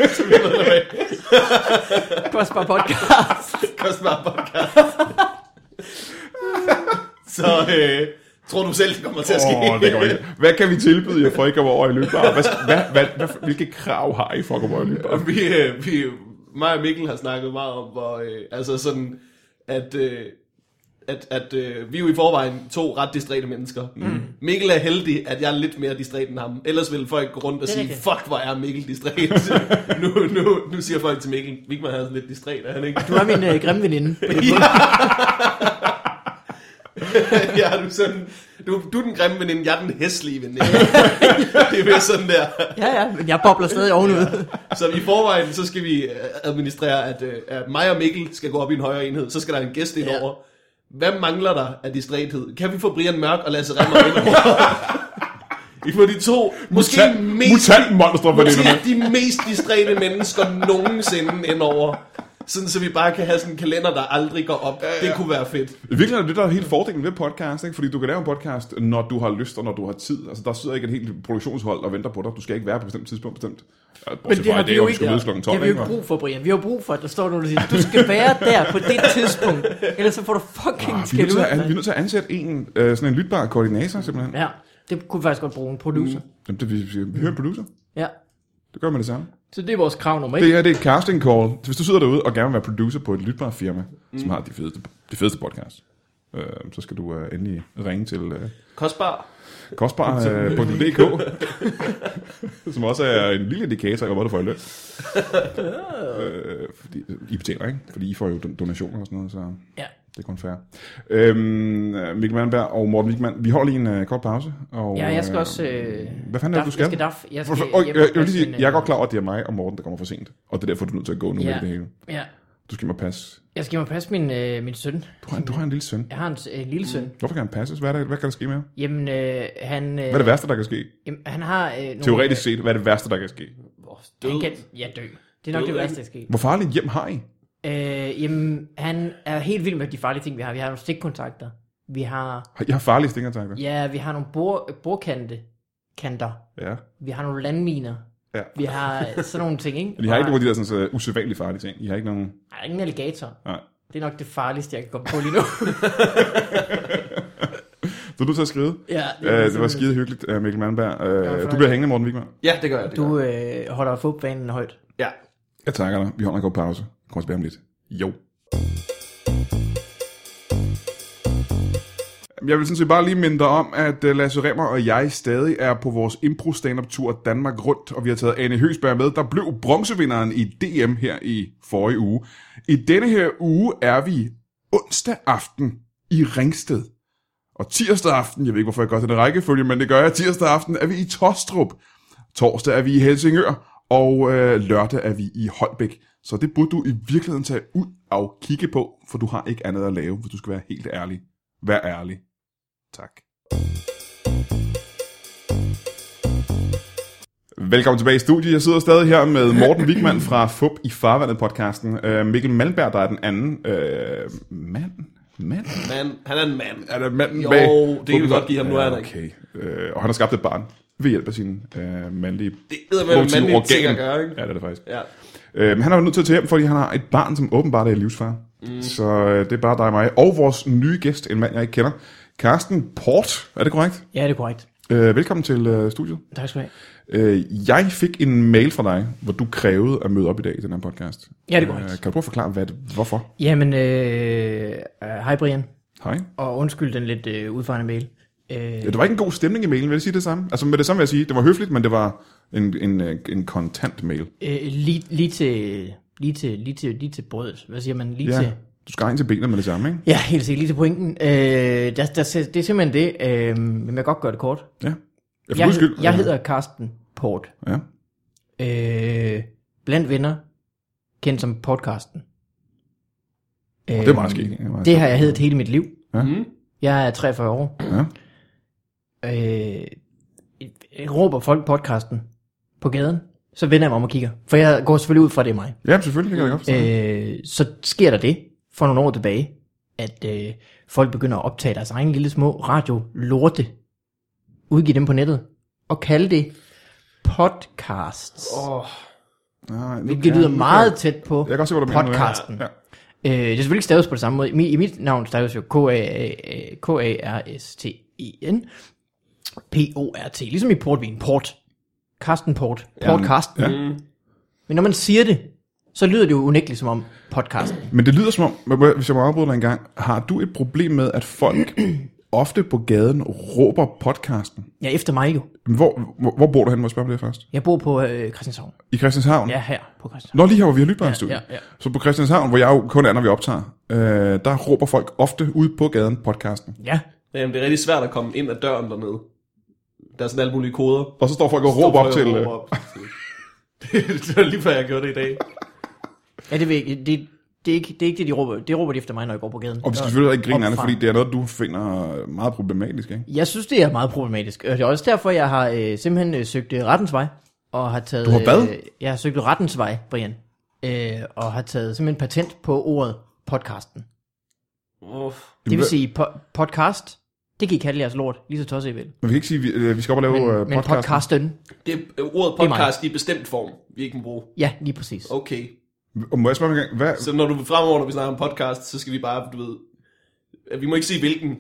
Speaker 3: så vi ved det med.
Speaker 2: Kostbar podcast.
Speaker 3: Kostbar podcast. Så øh, tror du selv, det kommer til at ske?
Speaker 1: åh, det går ikke. Hvad kan vi tilbyde jer, for at I kommer over i Lytbar? Hvad, hvad, hvad, hvad, hvilke krav har I for at komme over i Lytbar?
Speaker 3: Og vi, øh, vi, mig og Mikkel har snakket meget om, hvor, øh, altså sådan, at, øh, at, at øh, vi er jo i forvejen to ret distræte mennesker. Mm. Mikkel er heldig, at jeg er lidt mere distræt end ham. Ellers ville folk gå rundt og
Speaker 2: Det er
Speaker 3: sige,
Speaker 2: rigtigt.
Speaker 3: fuck, hvor er Mikkel distræt. nu, nu, nu siger folk til Mikkel, Vigman er sådan lidt distræt, er han ikke?
Speaker 2: Du er min øh, grimme veninde.
Speaker 3: ja, du er sådan, du, du er den grimme veninde, jeg er den hæslige veninde. det er mere sådan der.
Speaker 2: Ja, ja, men jeg bobler stadig ovenud.
Speaker 3: Så i forvejen, så skal vi øh, administrere, at, øh, at mig og Mikkel skal gå op i en højere enhed. Så skal der en gæst ind
Speaker 2: Ja.
Speaker 3: over. Hvad mangler der af distræthed? Kan vi få Brian Mørk og Lasse Remmer ind over? I får de to, måske
Speaker 1: Mutant,
Speaker 3: mest,
Speaker 1: mutant monster på det
Speaker 3: måske de mest distræte mennesker nogensinde ind over. Sådan, så vi bare kan have sådan en kalender, der aldrig går op. Det kunne være fedt.
Speaker 1: I virkeligheden er det, der er hele fordelen ved podcast, ikke? fordi du kan lave en podcast, når du har lyst og når du har tid. Altså, der sidder ikke et helt produktionshold og venter på dig. Du skal ikke være på et bestemt tidspunkt bestemt.
Speaker 2: Men det har vi jo ikke,
Speaker 1: Det
Speaker 2: det
Speaker 1: er
Speaker 2: har vi jo ikke brug for, Brian. Vi har brug for, at der står nogen, der siger, du skal være der på det tidspunkt, ellers så får du
Speaker 1: Ah,
Speaker 2: fucking
Speaker 1: vi, er
Speaker 2: skæld
Speaker 1: nødt til
Speaker 2: ud.
Speaker 1: at, vi er
Speaker 2: mand.
Speaker 1: nødt til at ansætte en, øh, sådan en lytbar koordinator, simpelthen. Ja.
Speaker 2: Ja, det kunne vi faktisk godt bruge en producer.
Speaker 1: Jamen, det, vi, vi, vi hører en producer.
Speaker 2: Ja,
Speaker 1: Det gør man det samme.
Speaker 2: så det er vores krav nummer
Speaker 1: Det
Speaker 2: et.
Speaker 1: her det er et casting call. Så Hvis du sidder derude og gerne vil være producer på et lytbar firma, mm. som har de fedeste, de fedeste podcast, øh, så skal du øh, endelig ringe til øh,
Speaker 3: Kostbar.
Speaker 1: kostbar.dk, som også er en lille indikator af, hvor du får i løn. øh, fordi, I betaler, ikke? Fordi I får jo don- donationer og sådan noget, så...
Speaker 2: Ja,
Speaker 1: Det er kun fair. Øhm, Mikkel Malmberg og Morten Wigman, vi holder lige en øh, kort pause. Og,
Speaker 2: Ja, jeg skal også... Øh,
Speaker 1: hvad fanden er det, du skal?
Speaker 2: Jeg skal daf. Jeg skal
Speaker 1: For, og, jeg,
Speaker 2: hjem
Speaker 1: jeg,
Speaker 2: og
Speaker 1: vil lige
Speaker 2: passe
Speaker 1: sige,
Speaker 2: en,
Speaker 1: jeg er
Speaker 2: øh,
Speaker 1: godt klar over, at det er mig og Morten, der kommer for sent. Og det er derfor, du er nødt til at gå nu
Speaker 2: Ja.
Speaker 1: med det hele.
Speaker 2: Ja,
Speaker 1: Du skal mig passe.
Speaker 2: jeg skal hjem og passe min, øh, min søn.
Speaker 1: Du har, du har en lille søn.
Speaker 2: Jeg har en, s- en lille søn.
Speaker 1: Hvorfor kan han passes? Hvad, er der, hvad kan der ske med ham?
Speaker 2: Jamen, øh, han... Øh,
Speaker 1: Hvad er det værste, der kan ske?
Speaker 2: Jamen, han har... Øh, nogle, øh,
Speaker 1: Teoretisk set, hvad er det værste, der kan ske?
Speaker 3: Hvor
Speaker 2: Han
Speaker 3: død.
Speaker 2: kan, ja, dø. Det er nok
Speaker 3: Død,
Speaker 2: det værste,
Speaker 3: ikke?
Speaker 2: der sker.
Speaker 1: Hvor farligt hjem har I?
Speaker 2: Øh, jamen, han er helt vild med de farlige ting, vi har. Vi har nogle stikkontakter. Vi har...
Speaker 1: Har- I har farlige stikkontakter?
Speaker 2: Ja, vi har nogle bor, bordkante. Kanter.
Speaker 1: Ja.
Speaker 2: Vi har nogle landminer.
Speaker 1: Ja.
Speaker 2: Vi har sådan nogle ting, ikke?
Speaker 1: Men I har ikke
Speaker 2: Og-
Speaker 1: nogen af de der sådan, så uh, usædvanligt farlige ting. I har ikke nogen...
Speaker 2: Der er ingen alligator.
Speaker 1: Nej.
Speaker 2: Det er nok det farligste, jeg kan komme på lige nu.
Speaker 1: Så du til at skride?
Speaker 2: ja,
Speaker 1: Øh, det var skide hyggeligt, øh, Mikkel Malmberg. Øh, du bliver hængende, Morten Wigman.
Speaker 3: Ja, det gør jeg. Det
Speaker 2: Du
Speaker 3: gør. jeg.
Speaker 2: øh, holder fodbanen højt.
Speaker 3: Ja.
Speaker 1: Jeg takker dig. Vi holder en kort pause. Kommer tilbage om lidt. Jo. Jeg vil sådan set bare lige minde dig om, at øh, Lasse Remmer og jeg stadig er på vores impro stand up tur Danmark rundt, og vi har taget Anne Høsberg med, der blev bronzevinderen i DM her i forrige uge. I denne her uge er vi onsdag aften i Ringsted. Og tirsdag aften, jeg ved ikke hvorfor jeg gør det i den rækkefølge, men det gør jeg, tirsdag aften er vi i Tostrup. Torsdag er vi i Helsingør, og øh, lørdag er vi i Holbæk. Så det burde du i virkeligheden tage ud og kigge på, for du har ikke andet at lave, hvis du skal være helt ærlig. Vær ærlig. Tak. Velkommen tilbage i studiet. Jeg sidder stadig her med Morten Wigman fra FUP i Farvandet podcasten. Øh, Mikkel Malberg, der er den anden øh, mand. Mand?
Speaker 3: Man, han er en mand.
Speaker 1: Er der manden
Speaker 3: Jo,
Speaker 1: bag?
Speaker 3: det kan vi godt give ham. Nu er han
Speaker 1: okay. Øh, og han har skabt et barn ved hjælp af sin øh, mandlige...
Speaker 3: Det er med en
Speaker 1: produktive
Speaker 3: mandlig ting
Speaker 1: organ.
Speaker 3: at gøre, ikke?
Speaker 1: Ja, det er det faktisk.
Speaker 3: Ja.
Speaker 1: Øh, men han er jo nødt til at tage hjem, fordi han har et barn, som åbenbart er i livsfar. Mm. Så øh, det er bare dig og mig. Og vores nye gæst, en mand, jeg ikke kender. Carsten Port, er det korrekt?
Speaker 2: Ja, det er korrekt.
Speaker 1: Øh, velkommen til øh, studiet.
Speaker 2: Tak skal du have.
Speaker 1: Øh, jeg fik en mail fra dig, hvor du krævede at møde op i dag i den her podcast.
Speaker 2: Ja, det er korrekt.
Speaker 1: Øh, kan du prøve at forklare, hvad, det- hvorfor?
Speaker 2: Jamen, øh, øh, hej Brian.
Speaker 1: Hej.
Speaker 2: Og undskyld den lidt øh, udfarende mail. Øh,
Speaker 1: Ja, der var ikke en god stemning i mailen, vil jeg sige det samme? Altså med det samme vil jeg sige, det var høfligt, men det var en, en, øh, en kontant mail.
Speaker 2: øh, lige, lige, til, lige, til, lige, til, lige til brødet. Hvad siger man? Lige
Speaker 1: Ja,
Speaker 2: til...
Speaker 1: du skal ind til benet med det samme, ikke?
Speaker 2: Ja, helt sikkert. Lige til pointen. Øh, der, der, det er simpelthen det. Øh, men jeg kan godt gøre det kort.
Speaker 1: Ja. Jeg,
Speaker 2: Jeg, hed- jeg hedder Carsten Port.
Speaker 1: Ja.
Speaker 2: Øh, blandt venner. Kendt som podcasten. Øh,
Speaker 1: Det er meget skægt. er meget
Speaker 2: Det har jeg heddet hele mit liv.
Speaker 1: Ja.
Speaker 2: Mm. Jeg er 43 år.
Speaker 1: Ja.
Speaker 2: Øh, råber folk podcasten på gaden, så vender jeg mig om og kigger. For jeg går selvfølgelig ud fra, at det er mig.
Speaker 1: Ja, selvfølgelig, det kan jeg godt forstå.
Speaker 2: Øh,
Speaker 1: Mm.
Speaker 2: så sker der det for nogle år tilbage, at øh, folk begynder at optage deres egen lille små radio-lorte, udgive dem på nettet, og kalde det podcasts. Oh,
Speaker 3: Åh,
Speaker 1: Nej, nu
Speaker 2: hvilket
Speaker 1: kan-
Speaker 2: lyder
Speaker 1: nu kan-
Speaker 2: meget tæt på
Speaker 1: Jeg kan godt se, hvor du mener.
Speaker 2: podcasten.
Speaker 1: Ja.
Speaker 2: Øh, det er selvfølgelig ikke staves på det samme måde. I mi- I mit navn staves jo K-A- K-A-R-S-T-E-N. P-O-R-T. Ligesom i portvin. Port. Carsten Port. Podcast. Ja. Men når man siger det, så lyder det jo unægteligt som om podcasten.
Speaker 1: Men det lyder som om, må- må- hvis jeg må afbryde dig en gang, har du et problem med, at folk ofte på gaden råber podcasten?
Speaker 2: Ja, efter mig jo.
Speaker 1: Hvor, hvor, hvor bor du hen? Må jeg spørge om det først?
Speaker 2: Jeg bor på øh, Christianshavn.
Speaker 1: I Christianshavn?
Speaker 2: Ja, her på Christianshavn.
Speaker 1: Nå, lige her, hvor vi har lytbart ja,
Speaker 2: ja, ja.
Speaker 1: Så på Christianshavn, hvor jeg jo kun er, når vi optager, øh, der råber folk ofte ude på gaden podcasten.
Speaker 2: Ja.
Speaker 3: Jamen, det er rigtig svært at komme ind ad døren dernede. Der er sådan alle mulige koder.
Speaker 1: Og så står folk og råber op til...
Speaker 3: Råb
Speaker 1: øh,
Speaker 3: op. det var lige før, jeg gjorde det i dag.
Speaker 2: Ja, det, ved jeg ikke. det, det, er ikke, det er ikke det, de råber. Det råber de efter mig, når jeg går på gaden.
Speaker 1: Og vi skal selvfølgelig ikke grine af det,
Speaker 2: Opfang.
Speaker 1: fordi det er noget, du finder meget problematisk, ikke?
Speaker 2: Jeg synes, det er meget problematisk. Og det er også derfor, jeg har øh, simpelthen øh, søgt øh, rettens vej. Og har taget,
Speaker 1: Du har hvad?
Speaker 2: Øh, jeg har søgt rettens vej, Brian. Øh, og har taget simpelthen patent på ordet podcasten.
Speaker 3: Uff.
Speaker 2: Det vil
Speaker 1: Hvad-
Speaker 2: sige, po- podcast, det kan I kalde jeres lort, lige så tosset I vil.
Speaker 1: Men vi kan ikke sige, at vi, øh, vi skal op og lave
Speaker 2: Men,
Speaker 1: øh,
Speaker 2: men
Speaker 1: podcasten.
Speaker 2: podcasten,
Speaker 3: Det er øh, ordet
Speaker 2: Det er mig.
Speaker 3: podcast i bestemt form, vi ikke må bruge.
Speaker 2: ja, lige præcis.
Speaker 3: Okay.
Speaker 1: Og må jeg spørge om en gang, hvad,
Speaker 3: Så når du fremover, når vi snakker om podcast, så skal vi bare, du ved... at Vi må ikke sige hvilken.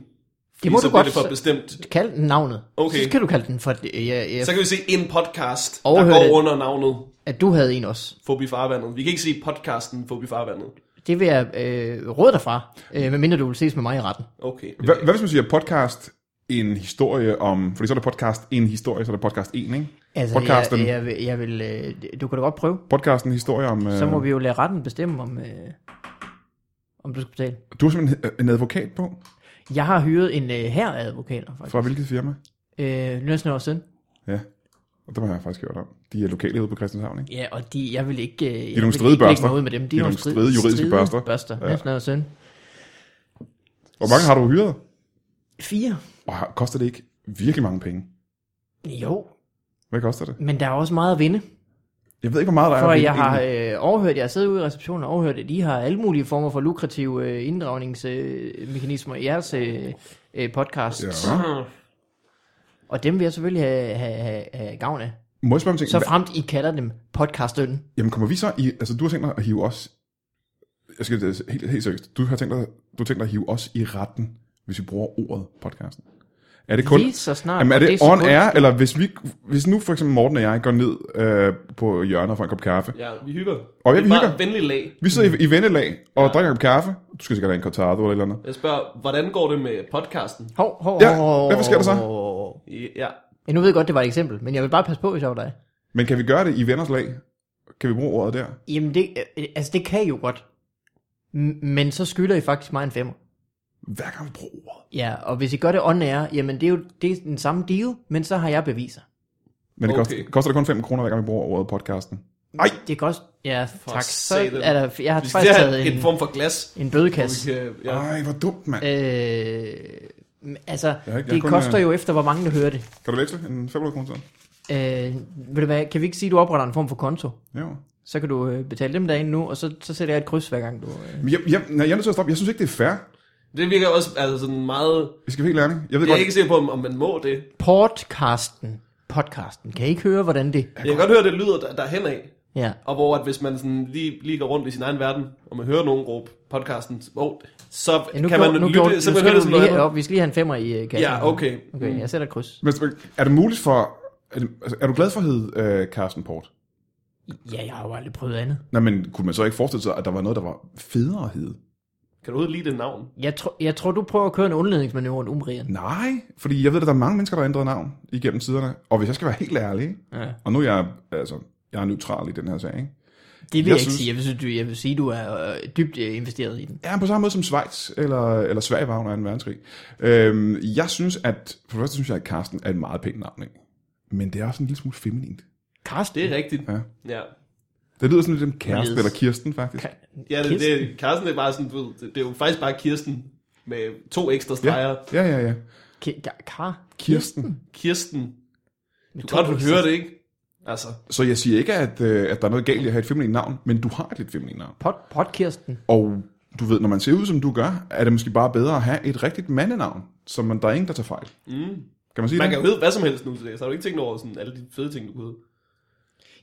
Speaker 3: fordi
Speaker 2: må
Speaker 3: så
Speaker 2: du
Speaker 3: bliver
Speaker 2: godt,
Speaker 3: det for
Speaker 2: så-
Speaker 3: bestemt.
Speaker 2: Kald den navnet.
Speaker 3: Okay.
Speaker 2: Så kan du kalde den for, øh, ja, ja,
Speaker 3: Så kan vi se en podcast, der
Speaker 2: Overhør
Speaker 3: går
Speaker 2: det.
Speaker 3: under navnet
Speaker 2: at du havde en også.
Speaker 3: Fobi Farvandet. Vi kan ikke sige podcasten Fobi Farvandet.
Speaker 2: Det vil jeg øh, råde dig fra, øh, medmindre du vil ses med mig i retten.
Speaker 3: Okay.
Speaker 1: hvad, hvad hvis man siger podcast en historie om... Fordi så er der podcast en historie, så er der podcast en, ikke?
Speaker 2: Altså,
Speaker 1: podcasten,
Speaker 2: jeg, jeg, vil- jeg vil, øh, du kan da godt prøve.
Speaker 1: podcasten en historie om... Øh,
Speaker 2: Så må vi jo lade retten bestemme, om, øh, om du skal betale.
Speaker 1: Du har simpelthen en advokat på.
Speaker 2: Jeg har hyret en øh, her advokater, faktisk.
Speaker 1: Fra hvilket firma?
Speaker 2: Øh, næsten år siden.
Speaker 1: Ja. Og dem har jeg faktisk hørt om. De er lokale ude på Christianshavn, ikke?
Speaker 2: Ja, og de, jeg vil ikke... øh, Jeg
Speaker 1: nogle
Speaker 2: vil
Speaker 1: stride
Speaker 2: ikke lægge
Speaker 1: børster.
Speaker 2: mig ud med dem. De,
Speaker 1: er nogle stride juridiske børster.
Speaker 2: børster.
Speaker 1: Ja.
Speaker 2: Ja. Næsten år siden.
Speaker 1: Hvor mange har du hyret?
Speaker 2: Fire.
Speaker 1: Og har- koster det ikke virkelig mange penge?
Speaker 2: Jo,
Speaker 1: Hvad koster det?
Speaker 2: men der er også meget at vinde.
Speaker 1: Jeg ved ikke, hvor meget der er.
Speaker 2: For
Speaker 1: at vinde
Speaker 2: jeg har
Speaker 1: egentlig.
Speaker 2: øh, overhørt, jeg har siddet ude i receptionen og overhørt, at I har alle mulige former for lukrative øh, inddragningsmekanismer øh, mekanismer i jeres øh, øh, podcast.
Speaker 1: Ja.
Speaker 2: Og dem vil jeg selvfølgelig have, have, have, have gavn af.
Speaker 1: Må jeg spørge om ting?
Speaker 2: Så fremt I kalder dem podcastøn.
Speaker 1: Jamen kommer vi så i, altså du har tænkt dig at hive os, jeg skal det er helt, helt seriøst, du har, tænkt dig, du har tænkt dig at hive os i retten, hvis vi bruger ordet podcasten. Er det kun,
Speaker 2: Lige så snart.
Speaker 1: jamen, er det,
Speaker 2: det
Speaker 1: on
Speaker 2: sekund-
Speaker 1: air, eller hvis, vi, hvis nu for eksempel Morten og jeg går ned øh, på hjørnet for en kop kaffe,
Speaker 3: Ja, vi hygger.
Speaker 1: Og ja, vi
Speaker 3: det er
Speaker 1: hygger.
Speaker 3: bare venlig lag.
Speaker 1: vi sidder i, i vennelag og drikker en kop kaffe, du skal sikkert have en cortado eller et eller andet.
Speaker 3: Jeg spørger, hvordan går det med podcasten?
Speaker 2: Hov, hov,
Speaker 1: Ja,
Speaker 2: hov,
Speaker 1: hvad sker der så?
Speaker 3: Ja,
Speaker 2: Ja, nu ved jeg godt, det var et eksempel, men jeg vil bare passe på, hvis jeg var dig.
Speaker 1: Men kan vi gøre det i venners lag? Kan vi bruge ordet der?
Speaker 2: Jamen, det, øh, altså, det kan I jo godt. M- men så skylder I faktisk mig en femmer.
Speaker 1: Hver gang vi bruger ordet.
Speaker 2: Ja, og hvis I gør det on air, jamen det er jo det er den samme deal, men så har jeg beviser.
Speaker 1: Men det
Speaker 3: Okay.
Speaker 1: koster, koster det kun 5 koster kun 5 kroner, hver gang vi bruger ordet podcasten. Nej,
Speaker 2: Det kan også... Ja, For tak. Så
Speaker 3: satan.
Speaker 2: er der, jeg har
Speaker 3: vi
Speaker 2: faktisk
Speaker 3: skal have
Speaker 2: taget
Speaker 3: en, en
Speaker 2: en,
Speaker 3: form for glas.
Speaker 2: en
Speaker 3: hvor vi
Speaker 2: bødekasse.
Speaker 3: kan- Ja.
Speaker 1: ej, hvor dumt, mand.
Speaker 2: Øh, men altså,
Speaker 1: har ikke- jeg
Speaker 2: det
Speaker 1: kun,
Speaker 2: koster
Speaker 1: øh,
Speaker 2: jo efter, hvor mange der hører det.
Speaker 1: Kan du veksle en 500 kroner til?
Speaker 2: Øh, ved du hvad, kan vi ikke sige, at du opretter en form for konto?
Speaker 1: Jo.
Speaker 2: Så kan du øh, betale dem derinde nu, og så, så sætter jeg et kryds hver gang du... Øh.
Speaker 1: Men Jeg, jeg, nej, jeg er nødt til at stoppe. Jeg synes ikke, det er fair.
Speaker 3: Det virker også altså sådan meget...
Speaker 1: Vi skal være helt ærlige. Jeg ved
Speaker 3: Jeg
Speaker 1: godt,
Speaker 3: er ikke sikker på, om- om man må det.
Speaker 2: Podcasten. Podcasten. Kan I ikke høre, hvordan det...
Speaker 3: Jeg kan godt høre, det lyder der, derhen af.
Speaker 2: Ja.
Speaker 3: Og hvor at hvis man sådan lige, lige går rundt i sin egen verden, og man hører nogen råbe podcasten, oh, så
Speaker 2: ja nu
Speaker 3: kan
Speaker 2: gjorde-
Speaker 3: man
Speaker 2: nu
Speaker 3: lytte,
Speaker 2: gjorde-
Speaker 3: så
Speaker 2: nu
Speaker 3: man
Speaker 2: skal
Speaker 3: hører det
Speaker 2: du
Speaker 3: som
Speaker 2: lige
Speaker 3: noget andet.
Speaker 2: herop. Vi skal lige have en femmer i øh, kassen.
Speaker 3: Ja, okay. Mm.
Speaker 2: Okay, jeg sætter et kryds.
Speaker 1: men er det muligt for... Er, det, altså, er du glad for at hedde øh, Carsten Port?
Speaker 2: Ja, jeg har jo aldrig prøvet andet.
Speaker 1: Nej, men kunne man så ikke forestille sig, at der var noget, der var federe at hedde?
Speaker 3: Kan du overhovedet lide det navn?
Speaker 2: Jeg, tror, jeg tror, du prøver at køre en undledningsmanøvre rundt umrigen.
Speaker 1: Nej, fordi jeg ved, at der er mange mennesker, der har ændret navn igennem tiderne. Og hvis jeg skal være helt ærlig, ikke?
Speaker 2: Ja.
Speaker 1: og nu er jeg, altså, jeg er neutral i den her sag, ikke?
Speaker 2: Det vil jeg,
Speaker 1: Jeg
Speaker 2: jeg ikke
Speaker 1: synes-
Speaker 2: sige. Jeg vil, sige, du, jeg vil sige, du er øh, dybt øh, investeret i den.
Speaker 1: Ja, på samme måde som Schweiz eller, eller Sverige var under 2. verdenskrig. Øhm, jeg synes, at... For det første synes jeg, at Carsten er et meget pænt navn, ikke? Men det er også en lille smule feminint.
Speaker 2: Karsten.
Speaker 3: Det er rigtigt.
Speaker 1: Ja.
Speaker 3: Ja.
Speaker 1: Det lyder sådan lidt som Kæresten
Speaker 2: Yes.
Speaker 1: eller Kirsten, faktisk.
Speaker 3: Ja, det, det, Carsten det er bare sådan, du ved, det, det er jo faktisk bare Kirsten med to ekstra streger.
Speaker 1: Ja,
Speaker 3: Ja.
Speaker 1: ja, ja. ja.
Speaker 2: Ki- ka- Kar.
Speaker 1: Kirsten.
Speaker 3: Kirsten.
Speaker 2: Med
Speaker 3: Du
Speaker 2: to
Speaker 3: kan godt
Speaker 2: X'er.
Speaker 3: høre det, ikke? Altså,
Speaker 1: Så jeg siger ikke, at, øh, at der er noget galt i at have et feminint navn, men du har et lidt feminint navn.
Speaker 2: Pot, potkirsten.
Speaker 1: Og du ved, når man ser ud, som du gør, er det måske bare bedre at have et rigtigt mandenavn, som man, der er ingen, der tager fejl. Mm. Kan man sige
Speaker 3: man
Speaker 1: det?
Speaker 3: kan jo hedde hvad som helst nu til det. Så har du ikke tænkt over sådan alle de fede ting, du kunne hedde.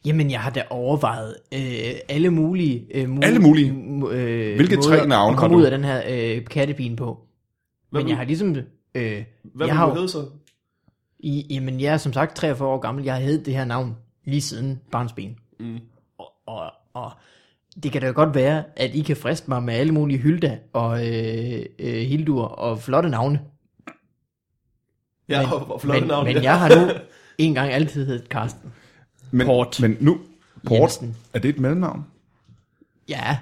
Speaker 2: Jamen, jeg har da overvejet øh, alle mulige... Øh, mu-
Speaker 1: Alle mulige?
Speaker 2: mu- øh,
Speaker 1: Hvilke tre
Speaker 2: måder
Speaker 1: navne
Speaker 2: at
Speaker 1: har
Speaker 2: komme
Speaker 1: du?
Speaker 2: ud af den her øh, kattepine på.
Speaker 3: Hvad
Speaker 2: Men
Speaker 3: vil-
Speaker 2: jeg har ligesom... Øh,
Speaker 3: Hvad
Speaker 2: jeg
Speaker 3: ville
Speaker 2: har
Speaker 3: du
Speaker 2: jo-
Speaker 3: hedde så?
Speaker 2: I, jamen, jeg er som sagt 43 år gammel. Jeg har heddet det her navn lige siden barnsben. Mm. Og, og, og det kan da godt være, at I kan friste mig med alle mulige hylda og øh, øh, hildur og flotte navne.
Speaker 3: Ja, og, og flotte
Speaker 2: men,
Speaker 3: navn.
Speaker 2: Men
Speaker 3: ja.
Speaker 2: jeg har nu en gang altid heddet Karsten.
Speaker 1: Men,
Speaker 2: Port.
Speaker 1: Men nu, Port,
Speaker 2: Jensen.
Speaker 1: er det et mellemnavn?
Speaker 2: Ja,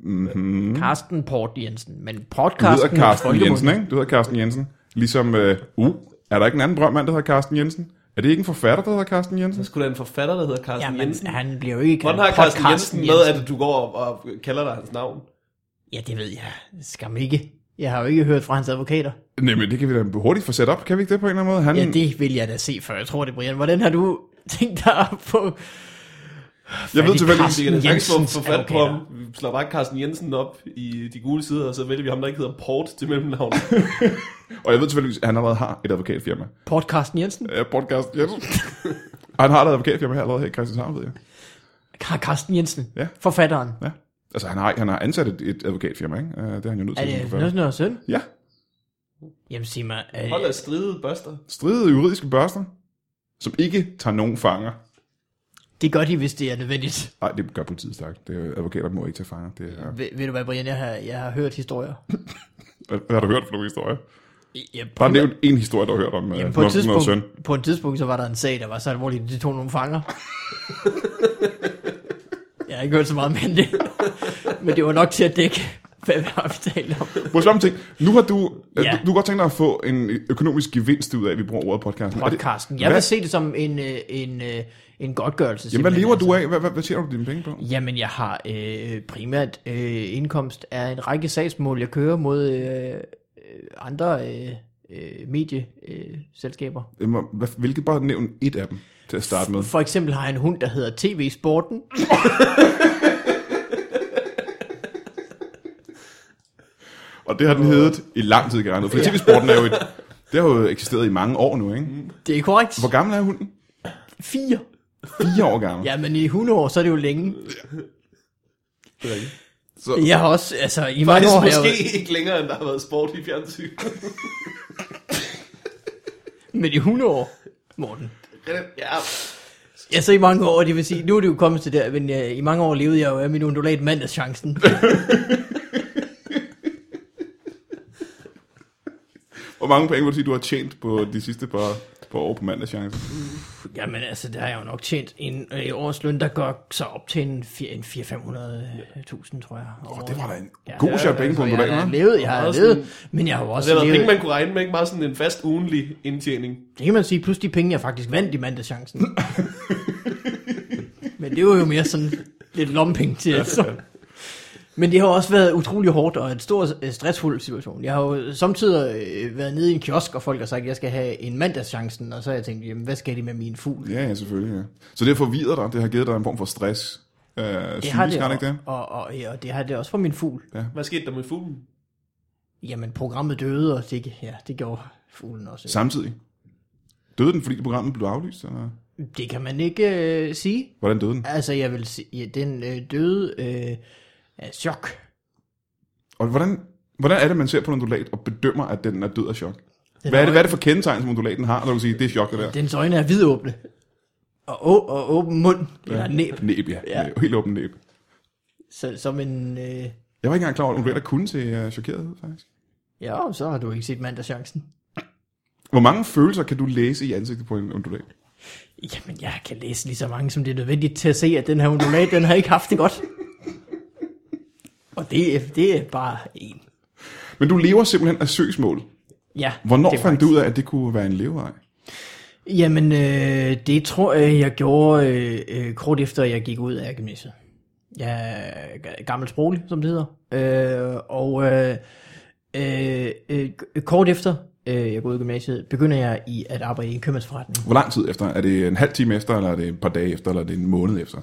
Speaker 1: Mm-hmm.
Speaker 2: Karsten Port Jensen. Men
Speaker 1: Du hedder
Speaker 2: podcasten
Speaker 1: Carsten Jensen, ikke? Du hedder Carsten Jensen. Ligesom, øh, uh, er der ikke en anden brødmand, der hedder Carsten Jensen? Er det ikke en forfatter, der hedder Carsten Jensen?
Speaker 3: Der skulle da en forfatter, der hedder Carsten
Speaker 2: Ja,
Speaker 3: Jamen,
Speaker 2: men
Speaker 3: Jensen.
Speaker 2: han bliver jo ikke
Speaker 3: Hvordan
Speaker 2: kaldt
Speaker 3: har Carsten Jensen
Speaker 2: podcasten
Speaker 3: med, at du går og, og kalder dig hans navn?
Speaker 2: Ja, det ved jeg. Skam ikke. Jeg har jo ikke hørt fra hans advokater.
Speaker 1: Nej, men det kan vi da hurtigt få sat op. Kan vi ikke det på en eller anden måde? Han,
Speaker 2: Ja, det vil jeg da se før, jeg tror det, Brian. Hvordan har du tænkt dig at få...
Speaker 1: jeg ved
Speaker 2: Fat i
Speaker 1: tilfældigvis
Speaker 3: Vi kan da sagtens
Speaker 2: Jensens
Speaker 3: få fat på
Speaker 2: advokater.
Speaker 3: ham. Vi slår bare Carsten Jensen op i de gule sider, og så vælger vi ham, der ikke hedder Port til mellemnavn.
Speaker 1: Og jeg ved selvfølgelig, at han allerede har et advokatfirma.
Speaker 2: Port Carsten Jensen?
Speaker 1: Ja, podcast, yes. Og han har et advokatfirma her allerede her i Christianshavn, ved jeg.
Speaker 2: Har Carsten Jensen?
Speaker 1: Ja.
Speaker 2: Forfatteren?
Speaker 1: Ja. Altså, han har, han har ansat et, et advokatfirma, ikke? Øh, Det er han jo nødt
Speaker 2: Er
Speaker 1: til. som
Speaker 2: det
Speaker 1: forfatter.
Speaker 2: noget, noget søn?
Speaker 1: Ja.
Speaker 2: Jamen sig mig, øh, er
Speaker 3: Hold
Speaker 2: det,
Speaker 3: af stride, børster.
Speaker 1: Stridede juridiske børster, som ikke tager nogen fanger.
Speaker 2: det gør de, hvis det er nødvendigt.
Speaker 1: Nej, det gør politiet stærkt. Det er, advokater må ikke tage fanger. Det er,
Speaker 2: Ved, ved du hvad, Brian, jeg har, jeg har hørt historier.
Speaker 1: hvad, hvad har du hørt for nogle historier?
Speaker 2: Jeg,
Speaker 1: Bare nævnt en historie, du har hørt om. øh,
Speaker 2: Jamen,
Speaker 1: Jamen,
Speaker 2: på, et
Speaker 1: noget søn.
Speaker 2: tidspunkt, på et tidspunkt, så var der en sag, der var så alvorlig, at de tog nogle fanger. jeg har ikke hørt så meget om det, men det var nok til at dække Hvad har vi talt om?
Speaker 1: Må jeg spørge om en ting? Nu har du, øh,
Speaker 2: Ja.
Speaker 1: du, du har godt tænkt dig at få en økonomisk gevinst ud af, at vi bruger ordet podcasten. Er det-
Speaker 2: Podcasten. Jeg
Speaker 1: hvad,
Speaker 2: vil se det som en, øh, en, øh, en godtgørelse.
Speaker 1: jamen, hvad
Speaker 2: simpelthen,
Speaker 1: lever
Speaker 2: altså.
Speaker 1: du af? Hvad, hvad, hvad tjener du dine penge på?
Speaker 2: Jamen, jeg har øh, primært øh, indkomst af en række sagsmål, jeg kører mod øh, øh, andre øh, øh, medieselskaber. Øh, selskaber.
Speaker 1: Øh, må- hvad- Hvilket bare nævn et af dem til at starte med.
Speaker 2: For eksempel har jeg en hund, der hedder TV Sporten.
Speaker 1: Og det har den heddet i lang tid gerne. Fordi tv-sporten er jo et... Det har jo eksisteret i mange år nu, ikke?
Speaker 2: Det er korrekt.
Speaker 1: Hvor gammel er hunden?
Speaker 2: Fire.
Speaker 1: Fire år gammel.
Speaker 2: Jamen, i 100 år, så er det jo længe.
Speaker 1: Så-
Speaker 2: Jeg har også, altså, i mange
Speaker 3: Faktisk
Speaker 2: år har jeg
Speaker 3: måske ikke længere, end der har været sport i fjernsynet.
Speaker 2: jo- Men i 100 år, Morten.
Speaker 3: ja,
Speaker 2: Ja, så i mange år, det vil sige, nu er det jo kommet til der, men øh, i mange år levede jeg jo af min undulat mandagschancen.
Speaker 1: Hvor mange penge vil du sige, du har tjent på de sidste par, par år på mandagschancen?
Speaker 2: Jamen altså, der har jeg jo nok tjent en øh, årsløn, der går så op til en fire- en 400-500.000, tror jeg. Åh,
Speaker 1: Det var da en god shot penge på en
Speaker 2: jeg har
Speaker 1: goddag, hva'?
Speaker 2: levet, jeg har
Speaker 3: Meget
Speaker 2: levet, men jeg har jo
Speaker 3: det
Speaker 2: også
Speaker 3: er der
Speaker 2: levet,
Speaker 3: penge, man kunne regne med, ikke bare sådan en fast ugenlig indtjening.
Speaker 2: det kan man sige, plus de penge, jeg faktisk vandt i mandagschancen. men det var jo mere sådan lidt lompenge til, altså. Men det har også været utrolig hårdt og en stor øh, stressfuld situation. Jeg har jo samtidig øh, været nede i en kiosk, og folk har sagt, at jeg skal have en mandagschancen, og så har jeg tænkt, jamen, hvad skal de med min fugl?
Speaker 1: Ja, ja, selvfølgelig, ja. Så det har forvirret dig, det har givet dig en form for stress. Øh,
Speaker 2: Det
Speaker 1: psykisk,
Speaker 2: har
Speaker 1: har
Speaker 2: det,
Speaker 1: det ikke det?
Speaker 2: Og, og, ja, og det har det også for min fugl.
Speaker 3: Hvad skete der med fuglen?
Speaker 2: Jamen, programmet døde, og det, ja, det gjorde fuglen også.
Speaker 1: Samtidig. Døde den, fordi programmet blev aflyst? Eller?
Speaker 2: Det kan man ikke øh, sige.
Speaker 1: Hvordan døde den?
Speaker 2: Altså, jeg vil sige, ja, den øh, døde øh, af chok.
Speaker 1: Og hvordan, hvordan er det, man ser på en undulat og bedømmer, at den er død af chok? Hvad er
Speaker 2: Den
Speaker 1: det,
Speaker 2: øje-
Speaker 1: hvad er det for kendetegn, som undulaten har, når du siger, det er chok, det der?
Speaker 2: Dens øjne er vidåbne. Og, å, og åben mund, eller næb,
Speaker 1: Næb, ja.
Speaker 2: Ja.
Speaker 1: ja. Helt åben næb.
Speaker 2: så, som en... Øh,
Speaker 1: Jeg var ikke engang klar over, at undulater kunne se uh, chokerethed, faktisk.
Speaker 2: ja, så har du ikke set mandagschancen.
Speaker 1: Hvor mange følelser kan du læse i ansigtet på en undulat?
Speaker 2: Jamen, jeg kan læse lige så mange, som det er nødvendigt til at se, at den her undulat, den har ikke haft det godt. Og det, det er bare en.
Speaker 1: Men du lever simpelthen af søgsmål.
Speaker 2: Ja,
Speaker 1: Hvornår
Speaker 2: det er
Speaker 1: fandt du ud af, at det kunne være en levevej?
Speaker 2: Jamen, øh, det tror jeg, jeg gjorde øh, øh, kort efter, jeg gik ud af gymnasiet. Jeg er g- gammel sproglig, som det hedder. Øh, og øh, øh, øh, k- kort efter, øh, jeg går ud af gymnasiet, begynder jeg i at arbejde i en købmandsforretning.
Speaker 1: Hvor lang tid efter? Er det en halv time efter, eller er det et par dage efter, eller er det en måned efter?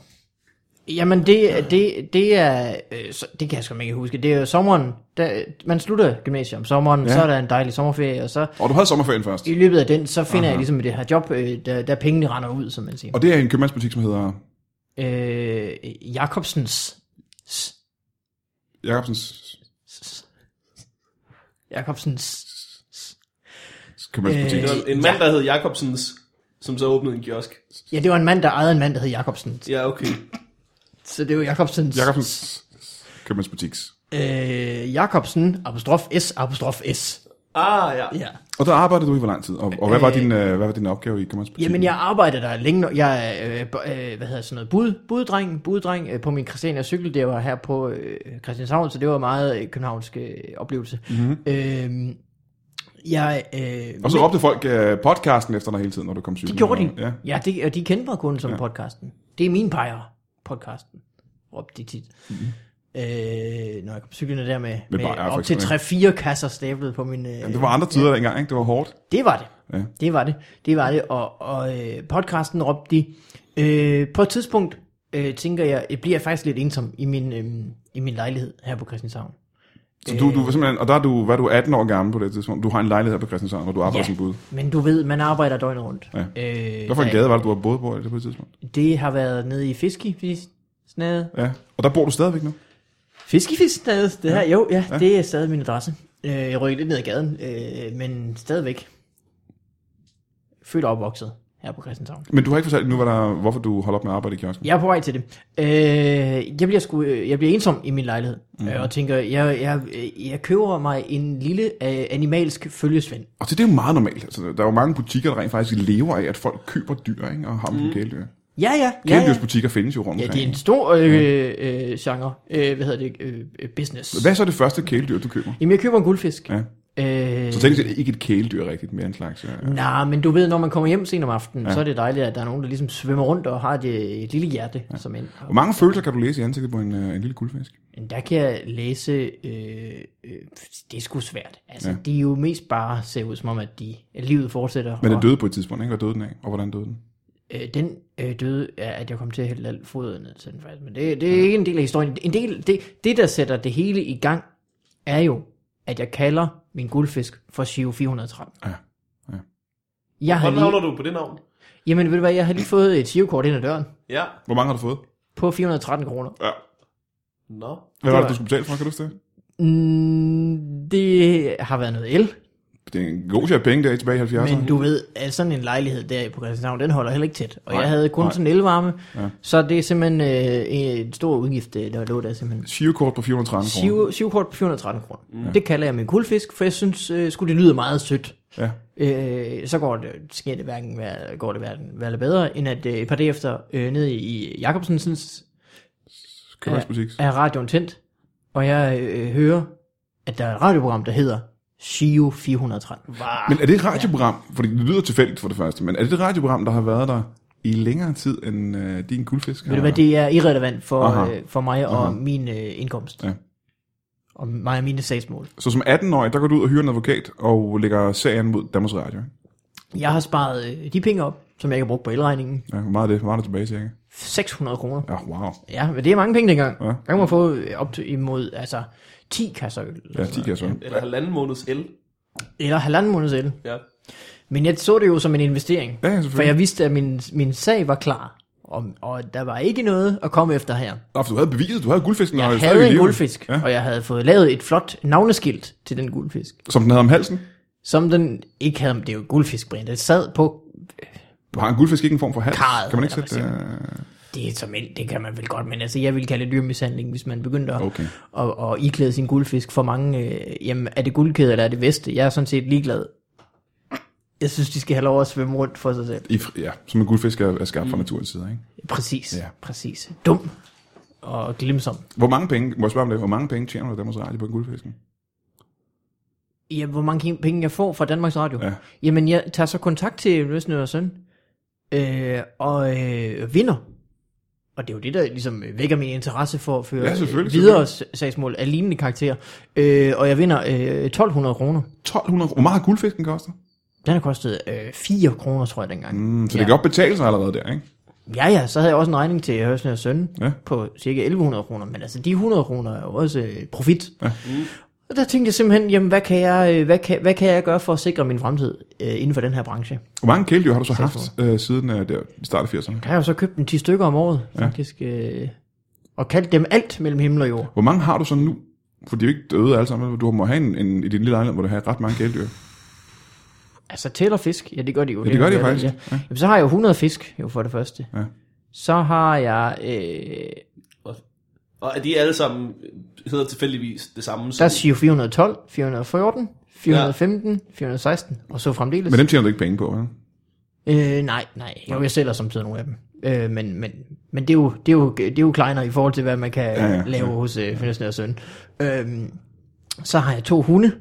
Speaker 2: Jamen, det, det, det er... Øh, så- det kan jeg sgu ikke huske. Det er jo sommeren. Der, man slutter gymnasiet om sommeren, ja. så er der en dejlig sommerferie, og så
Speaker 1: Og du havde sommerferien først.
Speaker 2: i løbet af den, så finder Aha. jeg ligesom det her job, øh, der, der pengene render ud, som man siger.
Speaker 1: Og det er en købmandsbutik, som hedder
Speaker 2: øh, Jacobsens s-
Speaker 1: Jacobsens
Speaker 2: Jacobsens
Speaker 1: købmandsbutik.
Speaker 3: Det
Speaker 1: Øh,
Speaker 3: var en mand, der hed Jacobsens, som så åbnede en kiosk.
Speaker 2: Ja, det var en mand, der ejede en mand, der hed Jacobsen.
Speaker 3: Ja, okay.
Speaker 2: Så det var Jacobsens.
Speaker 1: Jacobsens købmandsbutik.
Speaker 2: Øh, Jacobsen, apostrof S, apostrof S.
Speaker 3: Ah, ja.
Speaker 2: Ja.
Speaker 1: Og der arbejdede du i hvor lang tid? Og, og hvad, var
Speaker 2: Øh,
Speaker 1: din, øh, hvad var din opgave i købmandsbutikken?
Speaker 2: Jamen, jeg arbejder der længe nu. Jeg er, øh, b- øh, hvad hedder sådan noget, bud, buddreng, buddreng øh, på min Christiania cykel. Det var her på øh, Christianshavn, så det var meget øh, københavnsk øh, oplevelse. Mm-hmm. Øh, jeg, øh,
Speaker 1: Mhm. Og så råbte folk øh, podcasten efter dig hele tiden, når du kom syg.
Speaker 2: Det gjorde de.
Speaker 1: Ja.
Speaker 2: Ja, ja det, og de kendte mig kun som ja. podcasten. Det er min peger, podcasten. Råbte de tit. Mm-hmm. Øh, når jeg kom cyklerne der med, med, med
Speaker 1: Mhm. bajer, for
Speaker 2: op til
Speaker 1: eksempel.
Speaker 2: 3-4 kasser stablet på min... Øh,
Speaker 1: Jamen, det var andre tider ja. dengang, ikke? Det var hårdt.
Speaker 2: det var det.
Speaker 1: Ja.
Speaker 2: Det var det. Det var det. Og, og øh, podcasten råbte de. Øh, på et tidspunkt øh, tænker jeg, øh, bliver jeg faktisk lidt ensom i min, øh, i min lejlighed her på Christianshavn.
Speaker 1: Så
Speaker 2: Øh.
Speaker 1: du, du var simpelthen, og der er du, hvad er du 18 år gammel på det tidspunkt. Du har en lejlighed her på Christianshavn, hvor du arbejder
Speaker 2: Ja.
Speaker 1: som bud.
Speaker 2: Men du ved, man arbejder døgnet rundt.
Speaker 1: Ja.
Speaker 2: Øh,
Speaker 1: Hvad for en
Speaker 2: der-
Speaker 1: gade var det, du har boet på det på et tidspunkt?
Speaker 2: Det har været nede i Fiskefisnade.
Speaker 1: Ja. Og der bor du stadigvæk nu?
Speaker 2: Fiskefisknade, det her, jo, ja, ja, det er stadig min adresse. Øh, jeg rykker lidt ned ad gaden, øh, men stadigvæk født og opvokset her på Christianshavn.
Speaker 1: Men du har ikke fortalt nu, hvad der, hvorfor du holder op med at arbejde i kiosken.
Speaker 2: Jeg er på vej til det. Øh, jeg, bliver sku, øh, jeg bliver ensom i min lejlighed, mm.
Speaker 1: Mhm.
Speaker 2: øh, og tænker, jeg, jeg, øh, jeg køber mig en lille øh, animalsk følgesvend.
Speaker 1: Og det, det er jo meget normalt. Altså, der er jo mange butikker, der rent faktisk lever af, at folk køber dyr, ikke? Og har dem mm. kæledyr.
Speaker 2: Ja, ja, ja, ja.
Speaker 1: Kæmpe butikker findes jo rundt
Speaker 2: Ja,
Speaker 1: omkring.
Speaker 2: det er en stor øh, øh, genre. Øh, hvad hedder det? Øh, øh, business.
Speaker 1: Hvad er så det første kæledyr, du køber?
Speaker 2: Jamen, jeg køber en guldfisk.
Speaker 1: Ja.
Speaker 2: Øh,
Speaker 1: Så tænk det ikke et kæledyr rigtigt, mere en slags... Ja.
Speaker 2: Nej, men du ved, når man kommer hjem sent om aftenen, ja. så er det dejligt, at der er nogen, der ligesom svømmer rundt og har et, et lille hjerte ja. som en.
Speaker 1: Hvor mange følelser kan du læse i ansigtet på en, øh, en lille guldfisk?
Speaker 2: Men der kan jeg læse, øh, øh, det er sgu svært. Altså,
Speaker 1: Ja.
Speaker 2: ja. de er jo mest bare ser ud som om, at, de, at livet fortsætter.
Speaker 1: Men den
Speaker 2: og,
Speaker 1: døde på et tidspunkt, ikke? Hvad døde den af? Og hvordan døde den?
Speaker 2: øh, den øh, døde, ja, at jeg kom til at hælde alt foden ned til den faktisk. Men det, det er ikke en del af historien. En del, det, det, der sætter det hele i gang, er jo, at jeg kalder min guldfisk for Shio 430.
Speaker 1: Ja, ja.
Speaker 2: Jeg har
Speaker 3: Hvordan
Speaker 2: lige,
Speaker 3: havner du på det navn?
Speaker 2: jamen ved du hvad, jeg har lige fået et Shio-kort ind ad døren
Speaker 3: Ja.
Speaker 1: Hvor mange har du fået?
Speaker 2: på 413 kroner.
Speaker 1: Ja.
Speaker 3: Nå.
Speaker 1: Hvad var det,
Speaker 2: var-
Speaker 1: du skulle betale for, kan du huske det?
Speaker 2: Mm, det har været noget el,
Speaker 1: Det er en god sjov penge der tilbage i 70'erne.
Speaker 2: men du ved, at sådan en lejlighed der på Christianshavn, den holder heller ikke tæt. Og
Speaker 1: Nej,
Speaker 2: jeg havde kun
Speaker 1: nej.
Speaker 2: sådan elvarme,
Speaker 1: Ja.
Speaker 2: ja. så det er simpelthen øh, en stor udgift, øh, der lå der simpelthen.
Speaker 1: Shivekort på 430 kroner.
Speaker 2: Syv- Syv kort på 413 kroner. Mm. Det kalder jeg min guldfisk, for jeg synes, øh, skulle det lyder meget sødt.
Speaker 1: Ja.
Speaker 2: Øh, så går det, sker det hverken, hvad- går det hverken hvad eller bedre, end at øh, et par dage efter, øh, nede i Jacobsens
Speaker 1: Købmandsbutik.
Speaker 2: er radioen tændt, og jeg øh, hører, at der er et radioprogram, der hedder Shio 413.
Speaker 3: Var.
Speaker 1: Men er det et radioprogram, fordi det lyder tilfældigt for det første, men er det et radioprogram, der har været der i længere tid, end øh, din guldfisk
Speaker 2: Ved du
Speaker 1: har-
Speaker 2: hvad, det er irrelevant for,
Speaker 1: Aha.
Speaker 2: øh, for mig og
Speaker 1: Aha.
Speaker 2: min øh, indkomst.
Speaker 1: Ja.
Speaker 2: Og mig og mine sagsmål.
Speaker 1: Så som 18-årig, der går du ud og hyrer en advokat og lægger sagen mod Danmarks Radio. ikke?
Speaker 2: Jeg har sparet øh, de penge op, som jeg ikke har brugt på elregningen.
Speaker 1: Ja, hvor meget er det? Hvor meget er det tilbage, cirka?
Speaker 2: 600 kroner.
Speaker 1: Ja, wow.
Speaker 2: Ja, men det er mange penge dengang.
Speaker 1: Ja.
Speaker 2: Ja. Der kan man få øh, op til imod altså, 10 kasser øl.
Speaker 1: Ja, 10 kasser.
Speaker 3: Eller halvanden måneds el.
Speaker 2: Eller halvanden måneds el.
Speaker 3: Ja.
Speaker 2: Men jeg så det jo som en investering.
Speaker 1: Ja,
Speaker 2: for
Speaker 1: selvfølgelig.
Speaker 2: jeg vidste, at min, min sag var klar. Og, og der var ikke noget at komme efter her.
Speaker 1: Nå, for du havde beviset, du havde guldfisken. og
Speaker 2: Jeg
Speaker 1: er stadig i
Speaker 2: havde en
Speaker 1: live.
Speaker 2: guldfisk,
Speaker 1: Ja.
Speaker 2: ja. og jeg havde fået lavet et flot navneskilt til den guldfisk.
Speaker 1: Som den havde om halsen.
Speaker 2: Som den ikke havde, det er jo en guldfisk, Brian. Den sad på,
Speaker 1: Har en guldfisk ikke en form for hals?
Speaker 2: Karret,
Speaker 1: kan man ikke
Speaker 2: eller
Speaker 1: sætte... Øh...
Speaker 2: det, er som, en- det kan man vel godt, men altså, jeg ville kalde det dyrmishandling, hvis man begyndte at,
Speaker 1: Okay.
Speaker 2: at, at iklæde sin guldfisk for mange. Øh, jamen, er det guldkæde, eller er det veste? Jeg er sådan set ligeglad. Jeg synes, de skal have lov at svømme rundt for sig selv.
Speaker 1: øh, I, fri- ja, som en guldfisk er, er
Speaker 2: Mm.
Speaker 1: skabt fra naturens side, ikke?
Speaker 2: Præcis,
Speaker 1: Ja.
Speaker 2: ja. præcis. Dum og glimsom.
Speaker 1: Hvor mange penge, må jeg spørge om det, hvor mange penge tjener du af Danmarks Radio på en guldfisken?
Speaker 2: Ja, hvor mange penge jeg får fra Danmarks Radio?
Speaker 1: Ja.
Speaker 2: Jamen, jeg tager så kontakt til Løsne og Søn, øh, og øh, vinder. Og det er jo det, der ligesom vækker min interesse for at føre øh,
Speaker 1: Ja, selvfølgelig,
Speaker 2: videre s- sagsmål af lignende karakter. Øh, og jeg vinder øh, 1200 kroner.
Speaker 1: 1200 Hvor meget har guldfisken koster?
Speaker 2: Den har kostet øh, 4 kroner, tror jeg, dengang.
Speaker 1: Mm, så ja.
Speaker 2: ja.
Speaker 1: det kan godt betale sig allerede der, ikke?
Speaker 2: Ja, ja, så havde jeg også en regning til Hørsne og Søn
Speaker 1: Ja.
Speaker 2: ja. på cirka 1100 kroner, men altså de 100 kroner er jo også øh, profit. Ja. Og der tænkte jeg simpelthen, jamen hvad kan jeg, øh, hvad kan, hvad kan jeg gøre for at sikre min fremtid øh, inden for den her branche?
Speaker 1: Hvor mange kæledyr har du så haft øh, siden øh, der, i starten af 80'erne?
Speaker 2: Der har jeg jo så købt en 10 stykker om året, ja. faktisk, øh, og kaldt dem alt mellem himmel og jord.
Speaker 1: Hvor mange har du så nu? For de er jo ikke døde alle sammen. Du må have en, en i din lille lejlighed, hvor du har ret mange kæledyr.
Speaker 2: Altså tæller fisk, ja det gør de jo.
Speaker 1: Ja, det gør de
Speaker 2: er jo-
Speaker 1: faktisk.
Speaker 2: Ja.
Speaker 1: Ja.
Speaker 2: Jamen, så har jeg jo 100 fisk, jo for det første.
Speaker 1: Ja.
Speaker 2: Så har jeg, øh,
Speaker 3: Og, og er de alle sammen øh, hedder tilfældigvis det samme?
Speaker 2: der
Speaker 3: Som,
Speaker 2: er Shio 412, 414, 415, 416, og så fremdeles.
Speaker 1: Men dem tjener du ikke penge på, vel?
Speaker 2: Øh, nej, nej. Jo, jeg sælger samtidig nogle af dem. Øh, men men, men det, er jo, det, er jo, det er jo kleinere i forhold til, hvad man kan ja,
Speaker 1: ja,
Speaker 2: ja, lave ja. hos øh, Finnesnær Søn. Øh, så har jeg to hunde,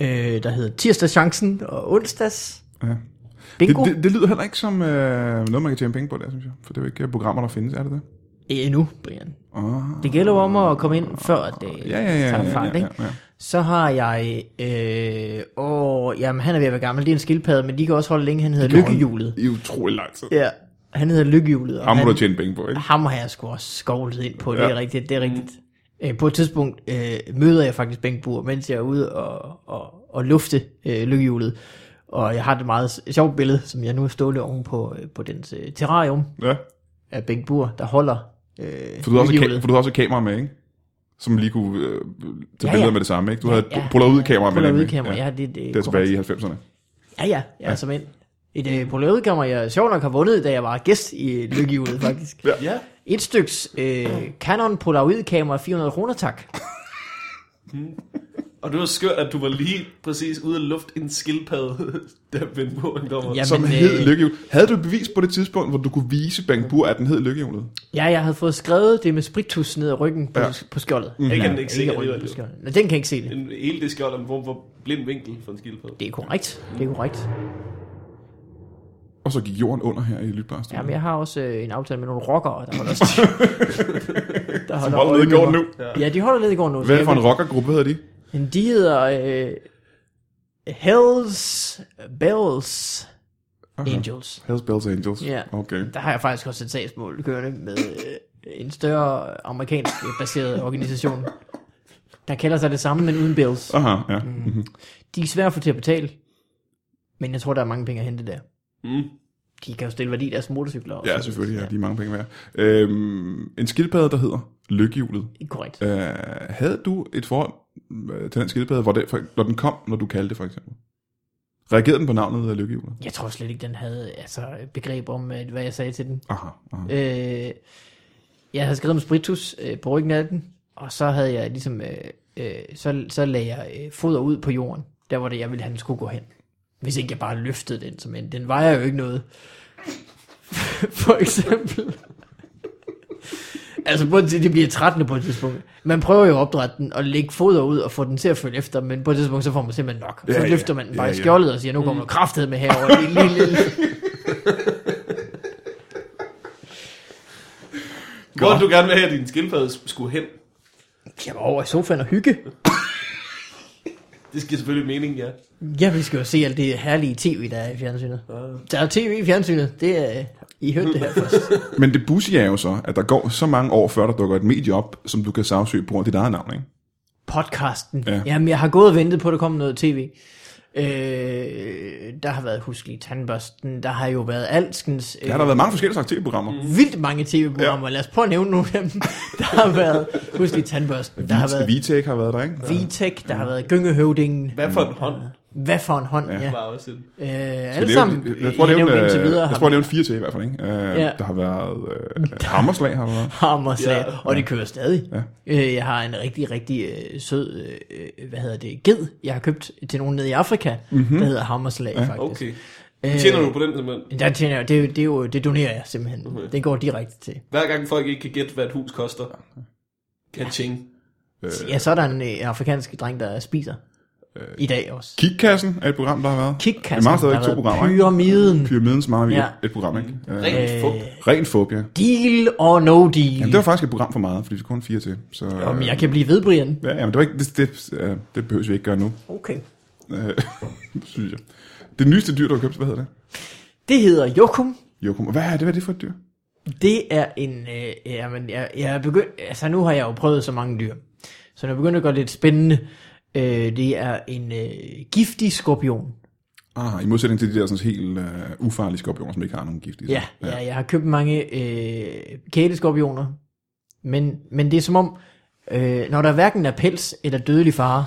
Speaker 2: øh, der hedder Tirsdagschancen og Onsdags
Speaker 1: Ja. Det,
Speaker 2: Bingo. Det,
Speaker 1: det, det lyder heller ikke som øh, noget, man kan tjene penge på der, synes jeg. For det er jo ikke øh, programmer, der findes, er det det?
Speaker 2: det... Endnu, Brian.
Speaker 1: Oh,
Speaker 2: Det gælder jo om at komme ind før, at det
Speaker 1: ja, ja, ja, ja,
Speaker 2: tager
Speaker 1: ja,
Speaker 2: fart,
Speaker 1: ja,
Speaker 2: ikke?
Speaker 1: ja.
Speaker 2: Så har jeg... Øh, åh, jamen, han er ved at være gammel. Det er en skildpadde, men de kan også holde længe. Han hedder Lykkehjulet.
Speaker 1: Det er utrolig lang tid.
Speaker 2: Ja, Ah. han hedder Lykkehjulet. og
Speaker 1: Ham må
Speaker 2: han-
Speaker 1: du tjene penge på, ikke?
Speaker 2: ham har jeg sgu også skovlet ind på, det
Speaker 1: Ja.
Speaker 2: er rigtigt, det er rigtigt. Øh, På et tidspunkt øh, møder jeg faktisk Bengt Bur, mens jeg er ude og, og, og lufte øh, lykkehjulet. Og jeg har det meget s- sjovt billede, som jeg nu er stående oven på, øh, på dens øh, terrarium
Speaker 1: Ja.
Speaker 2: af Bengt Bur, der holder øh,
Speaker 1: For du, har også, ka-
Speaker 2: lykkehjulet.
Speaker 1: for du har også kamera med, ikke? Som lige kunne øh, tage
Speaker 2: Ja,
Speaker 1: billeder
Speaker 2: ja.
Speaker 1: med det samme, ikke? Du havde ja,
Speaker 2: ja.
Speaker 1: polaroid kamera med.
Speaker 2: Polaroid
Speaker 1: nemlig.
Speaker 2: kamera, ja, det- det er
Speaker 1: det er tilbage i
Speaker 2: korrekt.
Speaker 1: 90'erne.
Speaker 2: Ja, ja, jeg er som ind. Et øh, polaroidkammer, jeg sjovt nok har vundet, da jeg var gæst i øh, lykkehjulet faktisk.
Speaker 3: ja.
Speaker 2: Et styks øh, Canon Polaroid-kamera 400 kroner, tak.
Speaker 3: Og det var skørt, at du var lige præcis ude af luft en skildpadde, der vendte på en dommer.
Speaker 2: Ja.
Speaker 3: Ja.
Speaker 1: Som
Speaker 2: Jamen,
Speaker 1: hed
Speaker 2: øh,
Speaker 1: lykkehjul. Havde du et bevis på det tidspunkt, hvor du kunne vise Bang Bur, at den hed lykkehjulet?
Speaker 2: Ja, jeg havde fået skrevet det med spritus ned ad ryggen på,
Speaker 1: Ja. Mhm.
Speaker 2: ja. på skjoldet. Mm.
Speaker 3: Jeg kan ikke se alligevel.
Speaker 2: på skjoldet. Nå, den kan ikke se det.
Speaker 3: En, hele det skjold er en form for blind vinkel for en skildpadde.
Speaker 2: Det er korrekt. Det er korrekt.
Speaker 1: Og så gik jorden under her i Lytbarstuen.
Speaker 2: Jamen, jeg har også øh, en aftale med nogle rockere, der holder styr. der holder
Speaker 1: holder nede i
Speaker 2: øje med
Speaker 1: gården
Speaker 2: mig.
Speaker 1: nu.
Speaker 2: Ja, de holder ned i gården nu.
Speaker 1: Hvad er det for
Speaker 2: Jeg
Speaker 1: en rockergruppe, hedder de?
Speaker 2: ved- Men de hedder øh, Hells Bells Angels.
Speaker 1: Hells Bells Angels.
Speaker 2: Ja.
Speaker 1: Okay.
Speaker 2: Der har jeg faktisk også et sagsmål kørende med øh, en større amerikansk baseret organisation, der kalder sig det samme, men uden bills.
Speaker 1: Aha, ja.
Speaker 2: Mm.
Speaker 1: Mhm.
Speaker 2: De er svære at få til at betale, men jeg tror, der er mange penge at hente der.
Speaker 3: Mm.
Speaker 2: De kan jo stille værdi i deres motorcykler også.
Speaker 1: Ja, selvfølgelig. Ja. De er mange penge værd. Øhm, en skildpadde, der hedder lykkehjulet.
Speaker 2: Korrekt.
Speaker 1: Øh, havde du et forhold øh, til den skildpadde, hvor det, for, når den kom, når du kaldte det for eksempel? Reagerede den på navnet af lykkehjulet?
Speaker 2: Jeg tror slet ikke, den havde altså, begreb om, øh, hvad jeg sagde til den.
Speaker 1: Aha, aha.
Speaker 2: Øh, jeg havde skrevet om spritus øh, på ryggen af den, og så havde jeg ligesom, øh, øh, så, så lagde jeg øh, foder ud på jorden, der hvor det, jeg ville, han skulle gå hen. Hvis ikke jeg bare løftede den, som en, den vejer jo ikke noget. for eksempel. altså, grunden til, at det bliver trættende på et tidspunkt. Man prøver jo at opdrætte den og lægge foder ud og få den til at følge efter, men på et tidspunkt, så får man simpelthen nok. Så
Speaker 1: Ja, ja.
Speaker 2: løfter man den bare
Speaker 1: Ja, Mm.
Speaker 2: i
Speaker 1: ja.
Speaker 2: skjoldet og siger, nu kommer kraftet med herover. Lille, lille, lille.
Speaker 3: Hvor ville du gerne vil have, at din skildpadde skulle hen?
Speaker 2: Jeg var over i sofaen og hygge.
Speaker 3: Det skal selvfølgelig mening, ja.
Speaker 2: Ja, vi skal jo se alt det herlige tv, der er i fjernsynet. Der er tv i fjernsynet, det er... I hørte det her først.
Speaker 1: Men det bussige er jo så, at der går så mange år, før der dukker et medie op, som du kan sagsøge på grund af dit eget navn, ikke?
Speaker 2: Podcasten.
Speaker 1: Ja.
Speaker 2: Ja. Jamen, jeg har gået og ventet på, at der kom noget tv. Øh, der har været Huskelig Tandbørsten, der har jo været alskens... Øh,
Speaker 1: Der har der været mange forskellige slags tv-programmer. Mm.
Speaker 2: vildt mange tv-programmer. Ja. Lad os prøve at nævne nogle af dem. Der har været Huskelig Tandbørsten, der har været
Speaker 1: Vitek har været der, ikke?
Speaker 2: Vitek, der har været Gyngehøvdingen.
Speaker 3: Hvad for en hånd
Speaker 2: Hvad for en hånd, Mm. ja.
Speaker 3: var også en...
Speaker 2: Øh,
Speaker 1: Jeg
Speaker 2: alle
Speaker 1: nævnte-
Speaker 2: sammen,
Speaker 1: jeg tror, jeg
Speaker 2: I
Speaker 1: nævnte, øh,
Speaker 2: nævnte indtil videre,
Speaker 1: jeg
Speaker 2: har
Speaker 1: tror, jeg nævnte fire til i hvert fald, ikke? Uh,
Speaker 2: Ja.
Speaker 1: Der har været øh, Hammerslag, har der været.
Speaker 2: Hammersag,
Speaker 3: Ja.
Speaker 2: ja, og det kører stadig.
Speaker 1: Ja.
Speaker 2: Øh, jeg har en rigtig, rigtig øh, sød, øh, øh, hvad hedder det, ged, jeg har købt til nogen nede i Afrika,
Speaker 1: Mhm.
Speaker 2: mm-hmm. der hedder Hammerslag ja, faktisk.
Speaker 3: Okay.
Speaker 2: Øh.
Speaker 3: Tjener du på den simpelthen?
Speaker 2: Der tjener jeg, det, er jo- det, er jo, det donerer jeg simpelthen. Okay. Det går direkte til.
Speaker 3: Hver gang folk ikke kan gætte, hvad et hus koster. Kaching.
Speaker 2: Ja, så er der en øh, afrikansk dreng, der spiser øh, i dag også.
Speaker 1: Kikkassen er et program, der har været.
Speaker 2: Kickkassen,
Speaker 1: Det er meget
Speaker 2: der
Speaker 1: stadig
Speaker 2: har
Speaker 1: to
Speaker 2: været
Speaker 1: programmer, ikke?
Speaker 2: Pyramiden,
Speaker 1: Pyramidens meget ja.
Speaker 2: Ja.
Speaker 1: et program, ikke? Øh,
Speaker 3: Rent fugt.
Speaker 1: Ren fobia.
Speaker 2: deal og no deal.
Speaker 1: Jamen, det var faktisk et program for meget, fordi vi kun fire til. Så,
Speaker 2: Om jeg kan blive ved, Brian.
Speaker 1: ja, jamen, det, var ikke, det, det, øh, det behøver vi ikke gøre nu,
Speaker 2: Okay.
Speaker 1: øh, synes jeg. Det nyeste dyr, du har købt, hvad hedder det?
Speaker 2: Det hedder Jokum.
Speaker 1: Jokum. Hvad er det, hvad er det for et dyr?
Speaker 2: Det er en... Øh, jamen, jeg, jeg er begyndt... Altså, nu har jeg jo prøvet så mange dyr. Så når jeg begynder at gøre det lidt spændende, øh, det er en øh, giftig skorpion.
Speaker 1: Ah, i modsætning til de der sådan, helt øh, ufarlige skorpioner, som ikke har nogen gift i sig.
Speaker 2: Ja, ja. ja jeg har købt mange øh, kæleskorpioner. Men, men det er som om, øh, når der hverken er pels eller dødelig fare,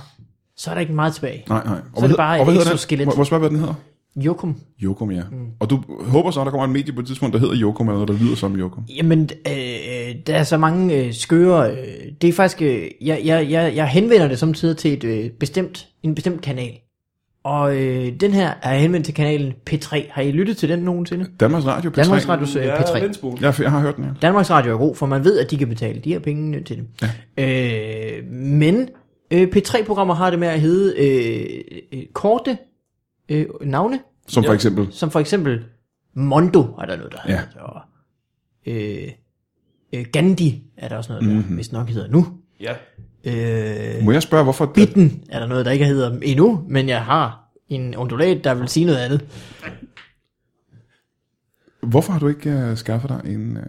Speaker 2: så er der ikke meget tilbage.
Speaker 1: Nej, nej. Og
Speaker 2: det
Speaker 1: hed-
Speaker 2: bare
Speaker 1: og hvad
Speaker 2: et
Speaker 1: hedder den?
Speaker 2: exoskelet.
Speaker 1: Må, må jeg spørge, hvad den hedder?
Speaker 2: Jokum.
Speaker 1: Jokum, ja. Mm. Og du håber så, at der kommer et medie på et tidspunkt, der hedder Jokum, eller noget, der lyder som Jokum.
Speaker 2: Jamen, øh, der er så mange øh, skøre... Øh, det er faktisk... Øh, jeg, jeg, jeg, jeg henvender det samtidig til et, øh, bestemt, en bestemt kanal. Og øh, den her er henvendt til kanalen P3. Har I lyttet til den nogensinde?
Speaker 1: Danmarks Radio P3.
Speaker 2: Danmarks Radios øh, P3.
Speaker 3: Lindsbol.
Speaker 1: Ja, for jeg har hørt den, ja.
Speaker 2: Danmarks Radio er god, for man ved, at de kan betale de her penge til dem. Ja. Øh, men øh, P3-programmer har det med at hedde øh, øh, korte øh, navne,
Speaker 1: Som for eksempel...
Speaker 2: som for eksempel Mondo er der noget, der
Speaker 1: Ja.
Speaker 2: hedder. Og, øh, øh, Gandhi er der også noget, der
Speaker 1: Mhm.
Speaker 2: mm-hmm. vist nok hedder nu.
Speaker 3: Ja.
Speaker 2: Øh,
Speaker 1: Må jeg spørge, hvorfor...
Speaker 2: Bitten er der noget, der ikke hedder endnu, men jeg har en ondulat, der vil sige noget andet.
Speaker 1: Hvorfor har du ikke øh, skaffet dig en, øh,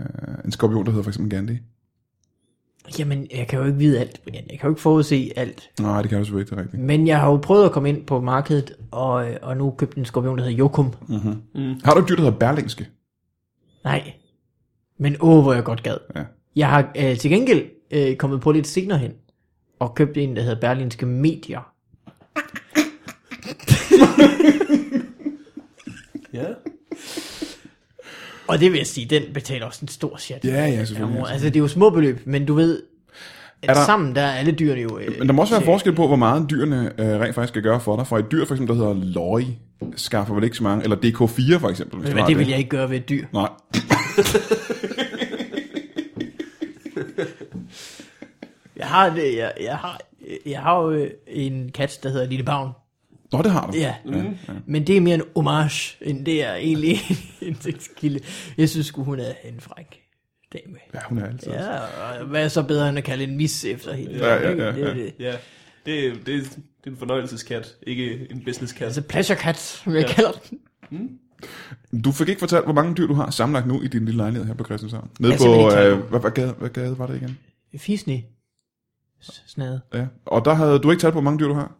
Speaker 1: en skorpion, der hedder for eksempel Gandhi?
Speaker 2: Jamen, jeg kan jo ikke vide alt, Brian. Jeg kan jo ikke forudse alt.
Speaker 1: Nej, det kan du selvfølgelig ikke, det er rigtigt.
Speaker 2: Men jeg har jo prøvet at komme ind på markedet, og, øh, og nu købte en skorpion, der hedder Jokum.
Speaker 1: Har du et dyr, der hedder Berlingske?
Speaker 2: Nej. Men åh, hvor jeg godt gad.
Speaker 1: Ja.
Speaker 2: Jeg har øh, til gengæld øh, kommet på lidt senere hen, og købt en, der hedder Berlinske Medier.
Speaker 3: Ja.
Speaker 2: Og det vil jeg sige, den betaler også en stor chat. Altså,
Speaker 1: Ja, ja,
Speaker 2: Ja,
Speaker 1: selvfølgelig.
Speaker 2: mor. Altså, det er jo små beløb, men du ved, at
Speaker 1: Er der-
Speaker 2: sammen der er alle dyrene jo... Øh,
Speaker 1: Men der må også være forskel på, hvor meget dyrene øh, rent faktisk skal gøre for dig. For et dyr, for eksempel, der hedder Lorry, skaffer vel ikke så mange. Eller DK4, for eksempel. Hvis du
Speaker 2: Men
Speaker 1: har
Speaker 2: altså, det vil jeg ikke gøre ved et dyr.
Speaker 1: Nej.
Speaker 2: Jeg har, det, jeg, jeg har, jeg har jo øh, en kat, der hedder Lille Bavn.
Speaker 1: Nå, det har du.
Speaker 2: Ja.
Speaker 1: ja.
Speaker 2: Men det er mere en homage, end det er egentlig en indtægtskilde. Jeg synes sgu, hun er en fræk dame.
Speaker 1: Ja, hun er altid.
Speaker 2: Ja, og hvad er så bedre end at kalde en mis efter hende?
Speaker 1: Ja, ja, ja,
Speaker 2: Det er
Speaker 1: ja.
Speaker 2: det.
Speaker 3: Ja, det, det, det er en fornøjelseskat, ikke en businesskat.
Speaker 2: Altså pleasure cat, som jeg
Speaker 3: Ja.
Speaker 2: kalder den.
Speaker 1: Du fik ikke fortalt, hvor mange dyr du har samlet nu i din lille lejlighed her på Christianshavn. Nede
Speaker 2: Altså,
Speaker 1: på,
Speaker 2: men ikke
Speaker 1: øh,
Speaker 2: talt.
Speaker 1: hvad, hvad, gade, hvad gade var det igen?
Speaker 2: Fisni. Snade.
Speaker 1: Ja. Og der havde du ikke talt på, hvor mange dyr du har.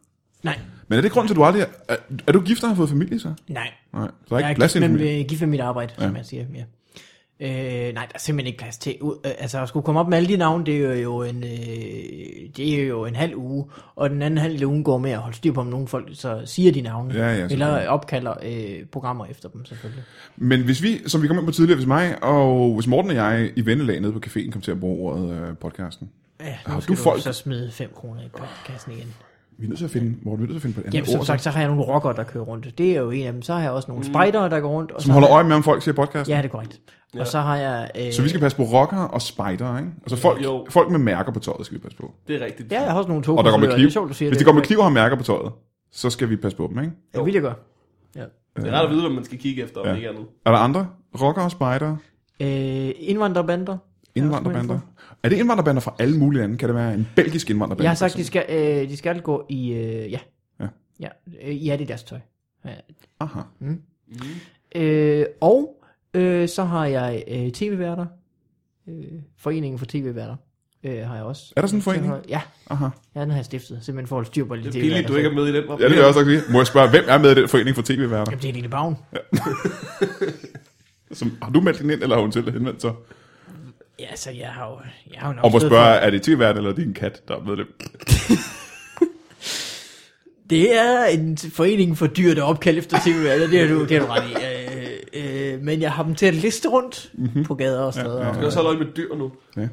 Speaker 2: Nej,
Speaker 1: Men er det grund til, at du aldrig er, er, er du gift og har fået familie så?
Speaker 2: nej.
Speaker 1: Nej, så der er ikke
Speaker 2: Jeg er
Speaker 1: plads
Speaker 2: gift
Speaker 1: til en
Speaker 2: med,
Speaker 1: familie.
Speaker 2: øh, gift med mit arbejde, ja.
Speaker 1: Ja.
Speaker 2: som man siger. Ja. Øh, nej, der er simpelthen ikke plads til. ud- øh, Altså at skulle komme op med alle de navne, det er jo en, øh, det er jo en halv uge, og den anden halv uge går med at holde styr på, om nogen folk så siger de navne,
Speaker 1: Ja, ja,
Speaker 2: eller
Speaker 1: selvfølgelig.
Speaker 2: opkalder øh, programmer efter dem selvfølgelig.
Speaker 1: Men hvis vi, som vi kom ind på tidligere, hvis mig og hvis Morten og jeg i vennelag nede på caféen kom til at bruge ordet øh, podcasten.
Speaker 2: Ja, nu
Speaker 1: Har
Speaker 2: skal
Speaker 1: du
Speaker 2: du,
Speaker 1: folk-
Speaker 2: så smide 5 kroner i podcasten igen.
Speaker 1: Vi er nødt til at finde, Morten, vi er nødt til at finde på et andet
Speaker 2: Jamen, som
Speaker 1: ord,
Speaker 2: sagt, så har jeg nogle rockere, der kører rundt. Det er jo en af dem. Så har jeg også nogle spejdere, der går rundt. Og
Speaker 1: som holder øje med, om folk siger podcast.
Speaker 2: Ja, det er korrekt. Ja. Og så har jeg... Øh,
Speaker 1: Så vi skal passe på rockere og spider, ikke? Altså folk,
Speaker 3: Jo.
Speaker 1: folk med mærker på tøjet skal vi passe på.
Speaker 3: Det er rigtigt.
Speaker 2: Ja, jeg har også nogle tog.
Speaker 1: Og der går med kniv.
Speaker 2: Det er sjovt, du siger
Speaker 1: Hvis de
Speaker 2: det.
Speaker 1: går med kniv og har mærker på tøjet, så skal vi passe på dem, ikke?
Speaker 2: Ja, det vil jeg gøre.
Speaker 3: Det er rart at vide, hvad man skal kigge efter, om
Speaker 1: Ja.
Speaker 3: ikke andet.
Speaker 1: Er der andre? Rockere og spider?
Speaker 2: Øh, indvandrerbander.
Speaker 1: Indvandrerbander? Er det indvandrerbander fra alle mulige lande? Kan det være en belgisk indvandrerbande?
Speaker 2: Jeg har sagt,
Speaker 1: for
Speaker 2: de skal, øh, de skal gå i... Øh, ja.
Speaker 1: Ja.
Speaker 2: Ja, øh, ja, det er deres tøj. Ja.
Speaker 1: eksempel? Aha.
Speaker 2: Øh, og øh, så har jeg øh, tv-værter. Øh, Foreningen for tv-værter øh, har jeg også.
Speaker 1: Er der sådan en forening?
Speaker 2: Ja,
Speaker 1: Aha.
Speaker 2: ja, den har jeg stiftet. Simpelthen for at holde styr på alle de
Speaker 3: Det er
Speaker 2: tv-værter.
Speaker 3: pinligt, du ikke er med i den.
Speaker 1: Ja, det vil jeg også nok sige. Må jeg spørge, hvem er med i den forening for tv-værter?
Speaker 2: Jamen, det er Lille Bavn.
Speaker 1: Som, har du meldt hende ind, eller har hun selv henvendt sig?
Speaker 2: Ja, så jeg har jo, jeg har jo nok
Speaker 1: Og må
Speaker 2: stået
Speaker 1: spørge, er det tv-værten, eller er det en kat, der er medlem?
Speaker 2: for- Det er en forening for dyr, der er opkaldt efter tv altså, det har du, det har du ret i. Øh, øh, men jeg har dem til at liste rundt
Speaker 1: Mhm.
Speaker 2: mm-hmm. på gader og steder. Ja,
Speaker 3: Jeg skal også holde øje med dyr nu.
Speaker 1: Ja.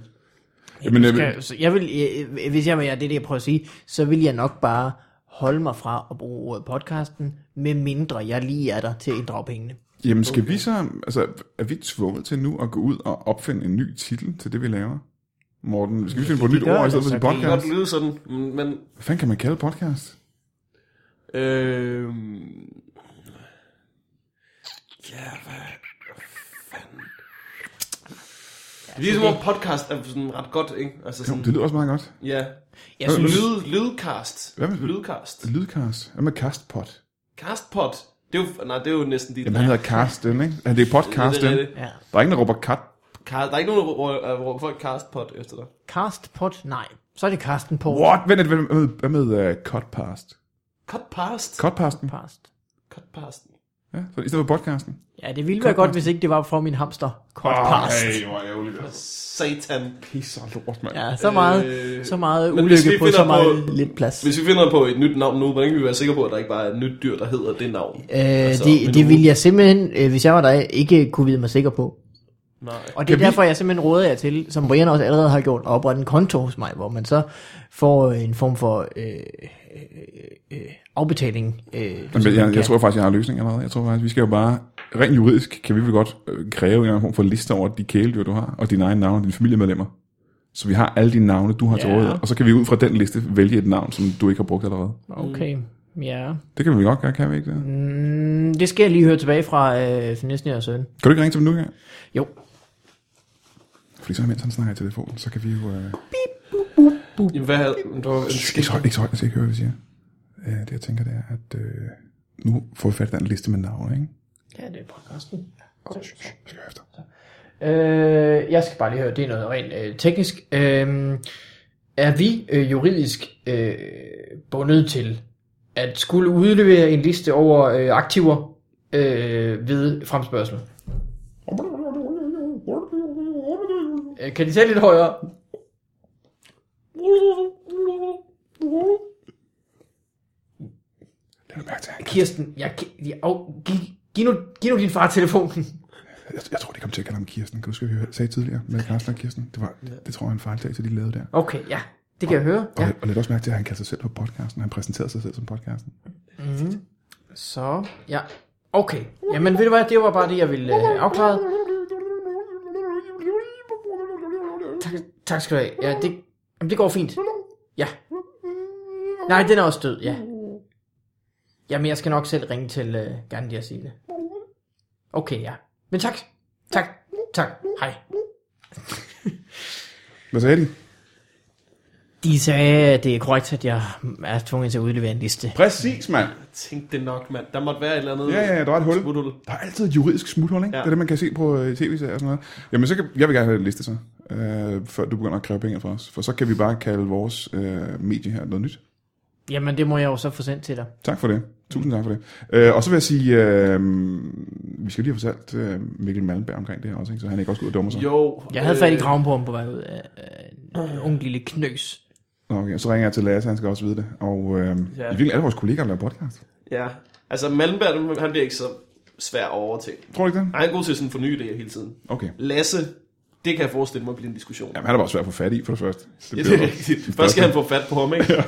Speaker 1: Jamen,
Speaker 2: Jamen, jeg,
Speaker 1: jeg
Speaker 2: skal, så jeg vil, øh, hvis jeg var jer, det er det, jeg prøver at sige, så vil jeg nok bare holde mig fra at bruge ordet podcasten, med mindre jeg lige er der til at inddrage pengene.
Speaker 1: Jamen, skal vi så... Altså, er vi tvunget til nu at gå ud og opfinde en ny titel til det, vi laver? Morten, skal vi finde på et nyt
Speaker 2: gør
Speaker 1: ord i
Speaker 2: det,
Speaker 1: stedet for
Speaker 2: så
Speaker 1: sin
Speaker 2: kan I
Speaker 3: Det kan
Speaker 1: podcast?
Speaker 3: godt lyde sådan, men...
Speaker 1: Hvad fanden kan man kalde podcast?
Speaker 3: Øh, ja, hvad fanden... Det er ligesom, at podcast er sådan ret godt, ikke? Altså sådan,
Speaker 1: Det lyder også meget godt.
Speaker 3: ja.
Speaker 2: Jeg synes,
Speaker 3: Lyd, lydcast.
Speaker 1: Hvad med-
Speaker 3: Lydcast.
Speaker 1: Lydcast. Hvad med Castpod?
Speaker 3: Castpod. Det er jo, nej, det er jo næsten dit.
Speaker 1: Jamen, han hedder Carsten, ikke? Ja, det er podcasten.
Speaker 3: Det er rigtigt.
Speaker 2: ja.
Speaker 1: Der er ingen, der råber kat.
Speaker 3: Cast, der er ikke nogen, der råber- øh, råber folk castpod efter dig.
Speaker 2: Castpod? Nej. Så er det Carsten på.
Speaker 1: What? Vent lidt, hvad med, hvad med uh, cutpast?
Speaker 3: Cut past.
Speaker 1: Cutpasten?
Speaker 2: Past.
Speaker 3: Cut past.
Speaker 1: Ja, så i stedet for podcasten.
Speaker 2: Ja, det ville være godt, hvis ikke det var for min hamster. Podcast.
Speaker 1: Ej, hvor ærgerligt.
Speaker 3: Satan.
Speaker 1: Pisse og lort, mand.
Speaker 2: Ja, så meget, øh,
Speaker 3: Øh,
Speaker 2: så meget
Speaker 3: men hvis
Speaker 2: ulykke
Speaker 3: vi
Speaker 2: på
Speaker 3: finder
Speaker 2: så meget
Speaker 3: på-
Speaker 2: lidt plads.
Speaker 3: Hvis vi finder på et nyt navn nu, hvordan kan vi være sikre på, at der ikke bare er et nyt dyr, der hedder det navn?
Speaker 2: Øh,
Speaker 3: Altså, men
Speaker 2: det, det
Speaker 3: nu-
Speaker 2: ville jeg simpelthen, øh, hvis jeg var dig, ikke kunne vide mig sikker på.
Speaker 3: Nej.
Speaker 2: Og det er
Speaker 1: Kan vi-
Speaker 2: derfor, jeg simpelthen råder jer til, som Brian også allerede har gjort, at oprette en konto hos mig, hvor man så får en form for øh, øh, øh, afbetaling. Øh,
Speaker 1: Jamen, jeg,
Speaker 2: kan-
Speaker 1: jeg tror faktisk, jeg har løsningen allerede. Jeg tror faktisk, vi skal jo bare... Rent juridisk kan vi vel godt øh, kræve en eller anden form for liste over de kæledyr, du har, og dine egne navne og dine familiemedlemmer. Så vi har alle de navne, du har til
Speaker 2: Ja.
Speaker 1: rådighed, og så kan vi ud fra den liste vælge et navn, som du ikke har brugt allerede.
Speaker 2: Okay, ja.
Speaker 1: Det kan vi vel godt gøre, kan vi ikke det? Mm.
Speaker 2: Mm, det skal jeg lige høre tilbage fra øh, Finesnia og Søn.
Speaker 1: Kan du ikke ringe til dem nu, ja?
Speaker 2: Jo.
Speaker 1: Fordi så mens han snakker i telefonen, så kan vi jo... Øh...
Speaker 3: Jamen, hvad havde... Det var en
Speaker 1: Shh, Ikke så højt, ikke så højt, jeg skal ikke høre, hvad de siger. Øh, det jeg tænker, det er, at øh, nu får vi fat i den liste med navne, ikke?
Speaker 2: Ja, det er podcasten.
Speaker 1: Shh, shh, jeg skal høre efter.
Speaker 2: Øh, jeg skal bare lige høre, det er noget rent øh, teknisk. Øh, er vi øh, juridisk øh, bundet til at skulle udlevere en liste over øh, aktiver øh, ved fremspørgsel? Øh, kan de tage lidt højere?
Speaker 1: Lad nu mærke til, jeg,
Speaker 2: Kirsten, jeg, jeg, oh, giv, giv, nu, giv nu din far telefonen.
Speaker 1: jeg, jeg, tror, de kom til at kalde ham Kirsten. Kan du huske, hvad vi sagde tidligere med Karsten og Kirsten? Det, var, det tror jeg var en fejltagelse, de lavede der.
Speaker 2: Okay, ja. Det kan jeg høre.
Speaker 1: Og,
Speaker 2: Ja.
Speaker 1: og læg også mærke til, at han kaldte sig selv for podcasten. Han præsenterede sig selv som podcasten.
Speaker 2: Så, ja. Okay. Jamen, ved du hvad? Det var bare det, jeg ville øh, afklare. Tak, tak skal du have. Ja, det, jamen, det går fint. Ja. Nej, den er også død, ja. Jamen, jeg skal nok selv ringe til øh, Gandhi og sige det. Okay, ja. Men tak. Tak. Tak. Hej.
Speaker 1: Hvad sagde de?
Speaker 2: De sagde, at det er korrekt, at jeg er tvunget til at udlevere en liste.
Speaker 1: Præcis, mand.
Speaker 3: Jeg tænkte det nok, mand. Der måtte være et eller andet.
Speaker 1: Ja, ja, ja, der var et hul.
Speaker 3: Smuthul.
Speaker 1: Der er altid et juridisk smuthul, ikke? Ja.
Speaker 3: Ja.
Speaker 1: Det er det, man kan se på øh, tv-serier og sådan noget. Jamen, så kan, jeg vil gerne have en liste så, øh, før du begynder at kræve penge fra os. For så kan vi bare kalde vores øh, medie her noget nyt.
Speaker 2: Jamen, det må jeg jo så få sendt til dig.
Speaker 1: Tak for det. Tusind tak for det. Øh, og så vil jeg sige, øh, vi skal lige have fortalt øh, Mikkel Malmberg omkring det her også, ikke? så han ikke også går ud og dummer sig.
Speaker 3: Jo. Øh,
Speaker 2: Jeg havde fat i kraven på ham på vej ud af øh, en ung lille knøs.
Speaker 1: Nå, Okay, så ringer jeg til Lasse, han skal også vide det. Og øh, ja. i virkeligheden alle vores kollegaer, der laver podcast.
Speaker 3: Ja. Altså, Malmberg, han bliver ikke så svær at overtænke.
Speaker 1: Tror du ikke det?
Speaker 3: Nej, han er god til sådan at forny idéer hele tiden.
Speaker 1: Okay.
Speaker 3: Lasse, det kan jeg forestille mig bliver en diskussion.
Speaker 1: Jamen, han er bare svær at få fat i, for det første. Det
Speaker 3: Ja,
Speaker 1: bliver
Speaker 3: det er rigtigt. Først skal han få fat på ham, ikke?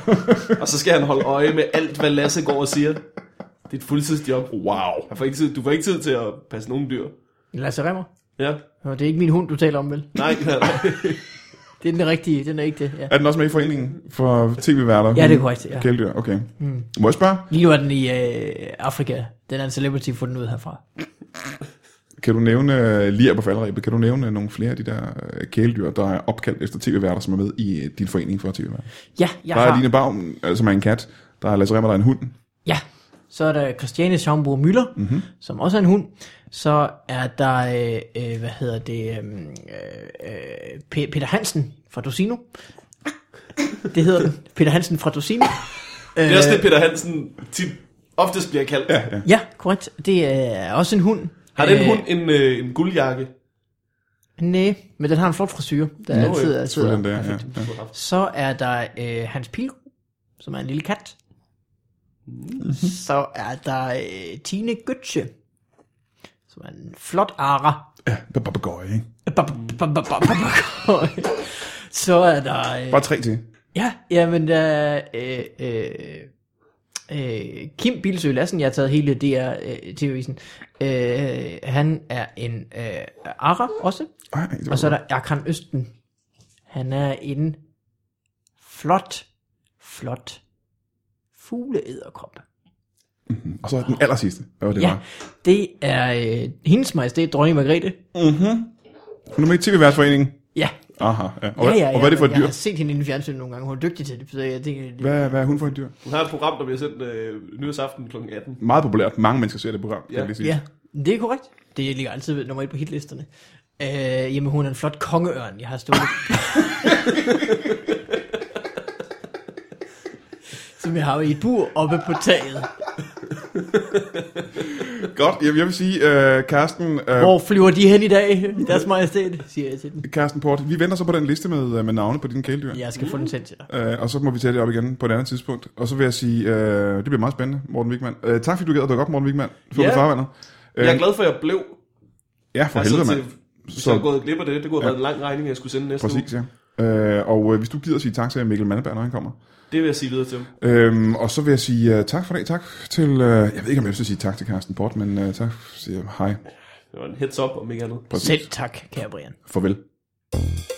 Speaker 3: og så skal han holde øje med alt, hvad Lasse går og siger. Det er et fuldtidsjob.
Speaker 1: Wow.
Speaker 3: Han får ikke tid, du får ikke tid til at passe nogen dyr.
Speaker 2: Lasse Remmer.
Speaker 3: Ja,
Speaker 2: Nå, det er ikke min hund, du taler om, vel?
Speaker 3: nej. nej, nej.
Speaker 2: Det er den rigtige, den er ikke det. Ja,
Speaker 1: Er den også med i foreningen for tv-værter?
Speaker 2: ja det er korrekt. Ja.
Speaker 1: Kæledyr, okay. Mm. Må jeg spørge?
Speaker 2: Lige nu er den i øh, Afrika. Den er en celebrity, få den ud herfra.
Speaker 1: Kan du nævne, øh, lige på faldrebet, kan du nævne nogle flere af de der øh, kæledyr, der er opkaldt efter tv-værter, som er med i øh, din forening for tv-værter?
Speaker 2: Ja, jeg
Speaker 1: Der er
Speaker 2: har...
Speaker 1: Line Baum, øh, som er en kat. Der er Lasse Remmer, der er en hund.
Speaker 2: Ja. Så er der Christiane Schaumburg Müller,
Speaker 3: Mhm.
Speaker 2: mm-hmm. som også er en hund. Så er der, øh, øh, hvad hedder det, øh, øh, Pe- Peter Hansen fra Dosino. Det hedder den. Peter Hansen fra Dosino.
Speaker 3: Det er også det, Peter Hansen tit oftest bliver kaldt. Ja, ja.
Speaker 2: Ja, korrekt. Det er også en hund.
Speaker 3: Har den hund en, øh, en guldjakke?
Speaker 2: Nej, men den har en flot frisyr, der Nå, altid,
Speaker 3: ja,
Speaker 2: altid
Speaker 1: Tror
Speaker 2: er
Speaker 1: den der, ja.
Speaker 2: perfekt.
Speaker 1: ja.
Speaker 2: Så er der øh, Hans Pil, som er en lille kat. Så er der øh, Tine Gøtje, som er en flot ara.
Speaker 1: Ja, der er papagøje, ikke?
Speaker 2: Så er der... Øh,
Speaker 1: Bare tre til.
Speaker 2: Ja, jamen, der er, øh, øh, øh, Kim Bilsø Lassen, jeg har taget hele DR øh, TV-visen, øh, han er en øh, ara også,
Speaker 1: Ej, det var
Speaker 2: og så er der Erkan Østen. Han er en flot, flot fugleæderkop.
Speaker 1: godt. og så er den aller sidste. Hvad var det, ja.
Speaker 2: Ja,
Speaker 1: var?
Speaker 2: det er øh, hendes majestæt, dronning Margrethe.
Speaker 1: Hun er med i tv-værtsforeningen.
Speaker 2: Ja,
Speaker 1: Aha, ja. Og,
Speaker 2: ja,
Speaker 1: hvad-
Speaker 2: ja, ja
Speaker 1: og hvad er det for et
Speaker 2: Jeg
Speaker 1: dyr?
Speaker 2: har set hende inden fjernsynet nogle gange, hun er dygtig til det, så jeg tænker, det,
Speaker 1: Hvad, hvad er hun for et dyr?
Speaker 3: Hun har et program, der bliver sendt øh, nyårsaften kl. 18.
Speaker 1: Meget populært. Mange mennesker ser det program, ja.
Speaker 3: Ja.
Speaker 1: jeg lige sige.
Speaker 2: Ja, det er korrekt. Det ligger altid ved nummer et på hitlisterne. Øh, jamen, hun er en flot kongeørn, jeg har stået. Som jeg har i et bur oppe på taget.
Speaker 1: Godt, jeg, jeg vil sige, øh, Karsten, øh,
Speaker 2: Hvor flyver de hen i dag? Deres majestæt, siger jeg til dem.
Speaker 1: Karsten Port, vi venter så på den liste med, øh, med navne på dine kæledyr.
Speaker 2: Jeg skal få den sendt til dig.
Speaker 1: Øh, og så må vi tage det op igen på et andet tidspunkt. Og så vil jeg sige, øh, det bliver meget spændende, Morten Wigman. Øh, tak fordi du gad at dukke op, Morten Wigman. Du
Speaker 3: Ja.
Speaker 1: yeah. farvandet. Øh,
Speaker 3: Jeg er glad for, at jeg blev.
Speaker 1: Ja, for
Speaker 3: Altså,
Speaker 1: helvede,
Speaker 3: til,
Speaker 1: mand.
Speaker 3: hvis
Speaker 1: Så-
Speaker 3: jeg havde gået glip af det, det kunne have været en lang regning, jeg skulle sende næste uge.
Speaker 1: Præcis, ja. Øh, og øh, hvis du gider at sige tak til Mikkel Mandeberg, når han kommer.
Speaker 3: Det vil jeg sige videre til dem.
Speaker 1: Øhm, og så vil jeg sige øh, tak for det. Tak til... Øh, jeg ved ikke, om jeg vil sige tak til Karsten Port, men øh, tak. Siger, hej.
Speaker 3: Det var en heads up, om ikke andet.
Speaker 1: Præcis.
Speaker 2: Selv tak, kære Brian.
Speaker 1: Farvel.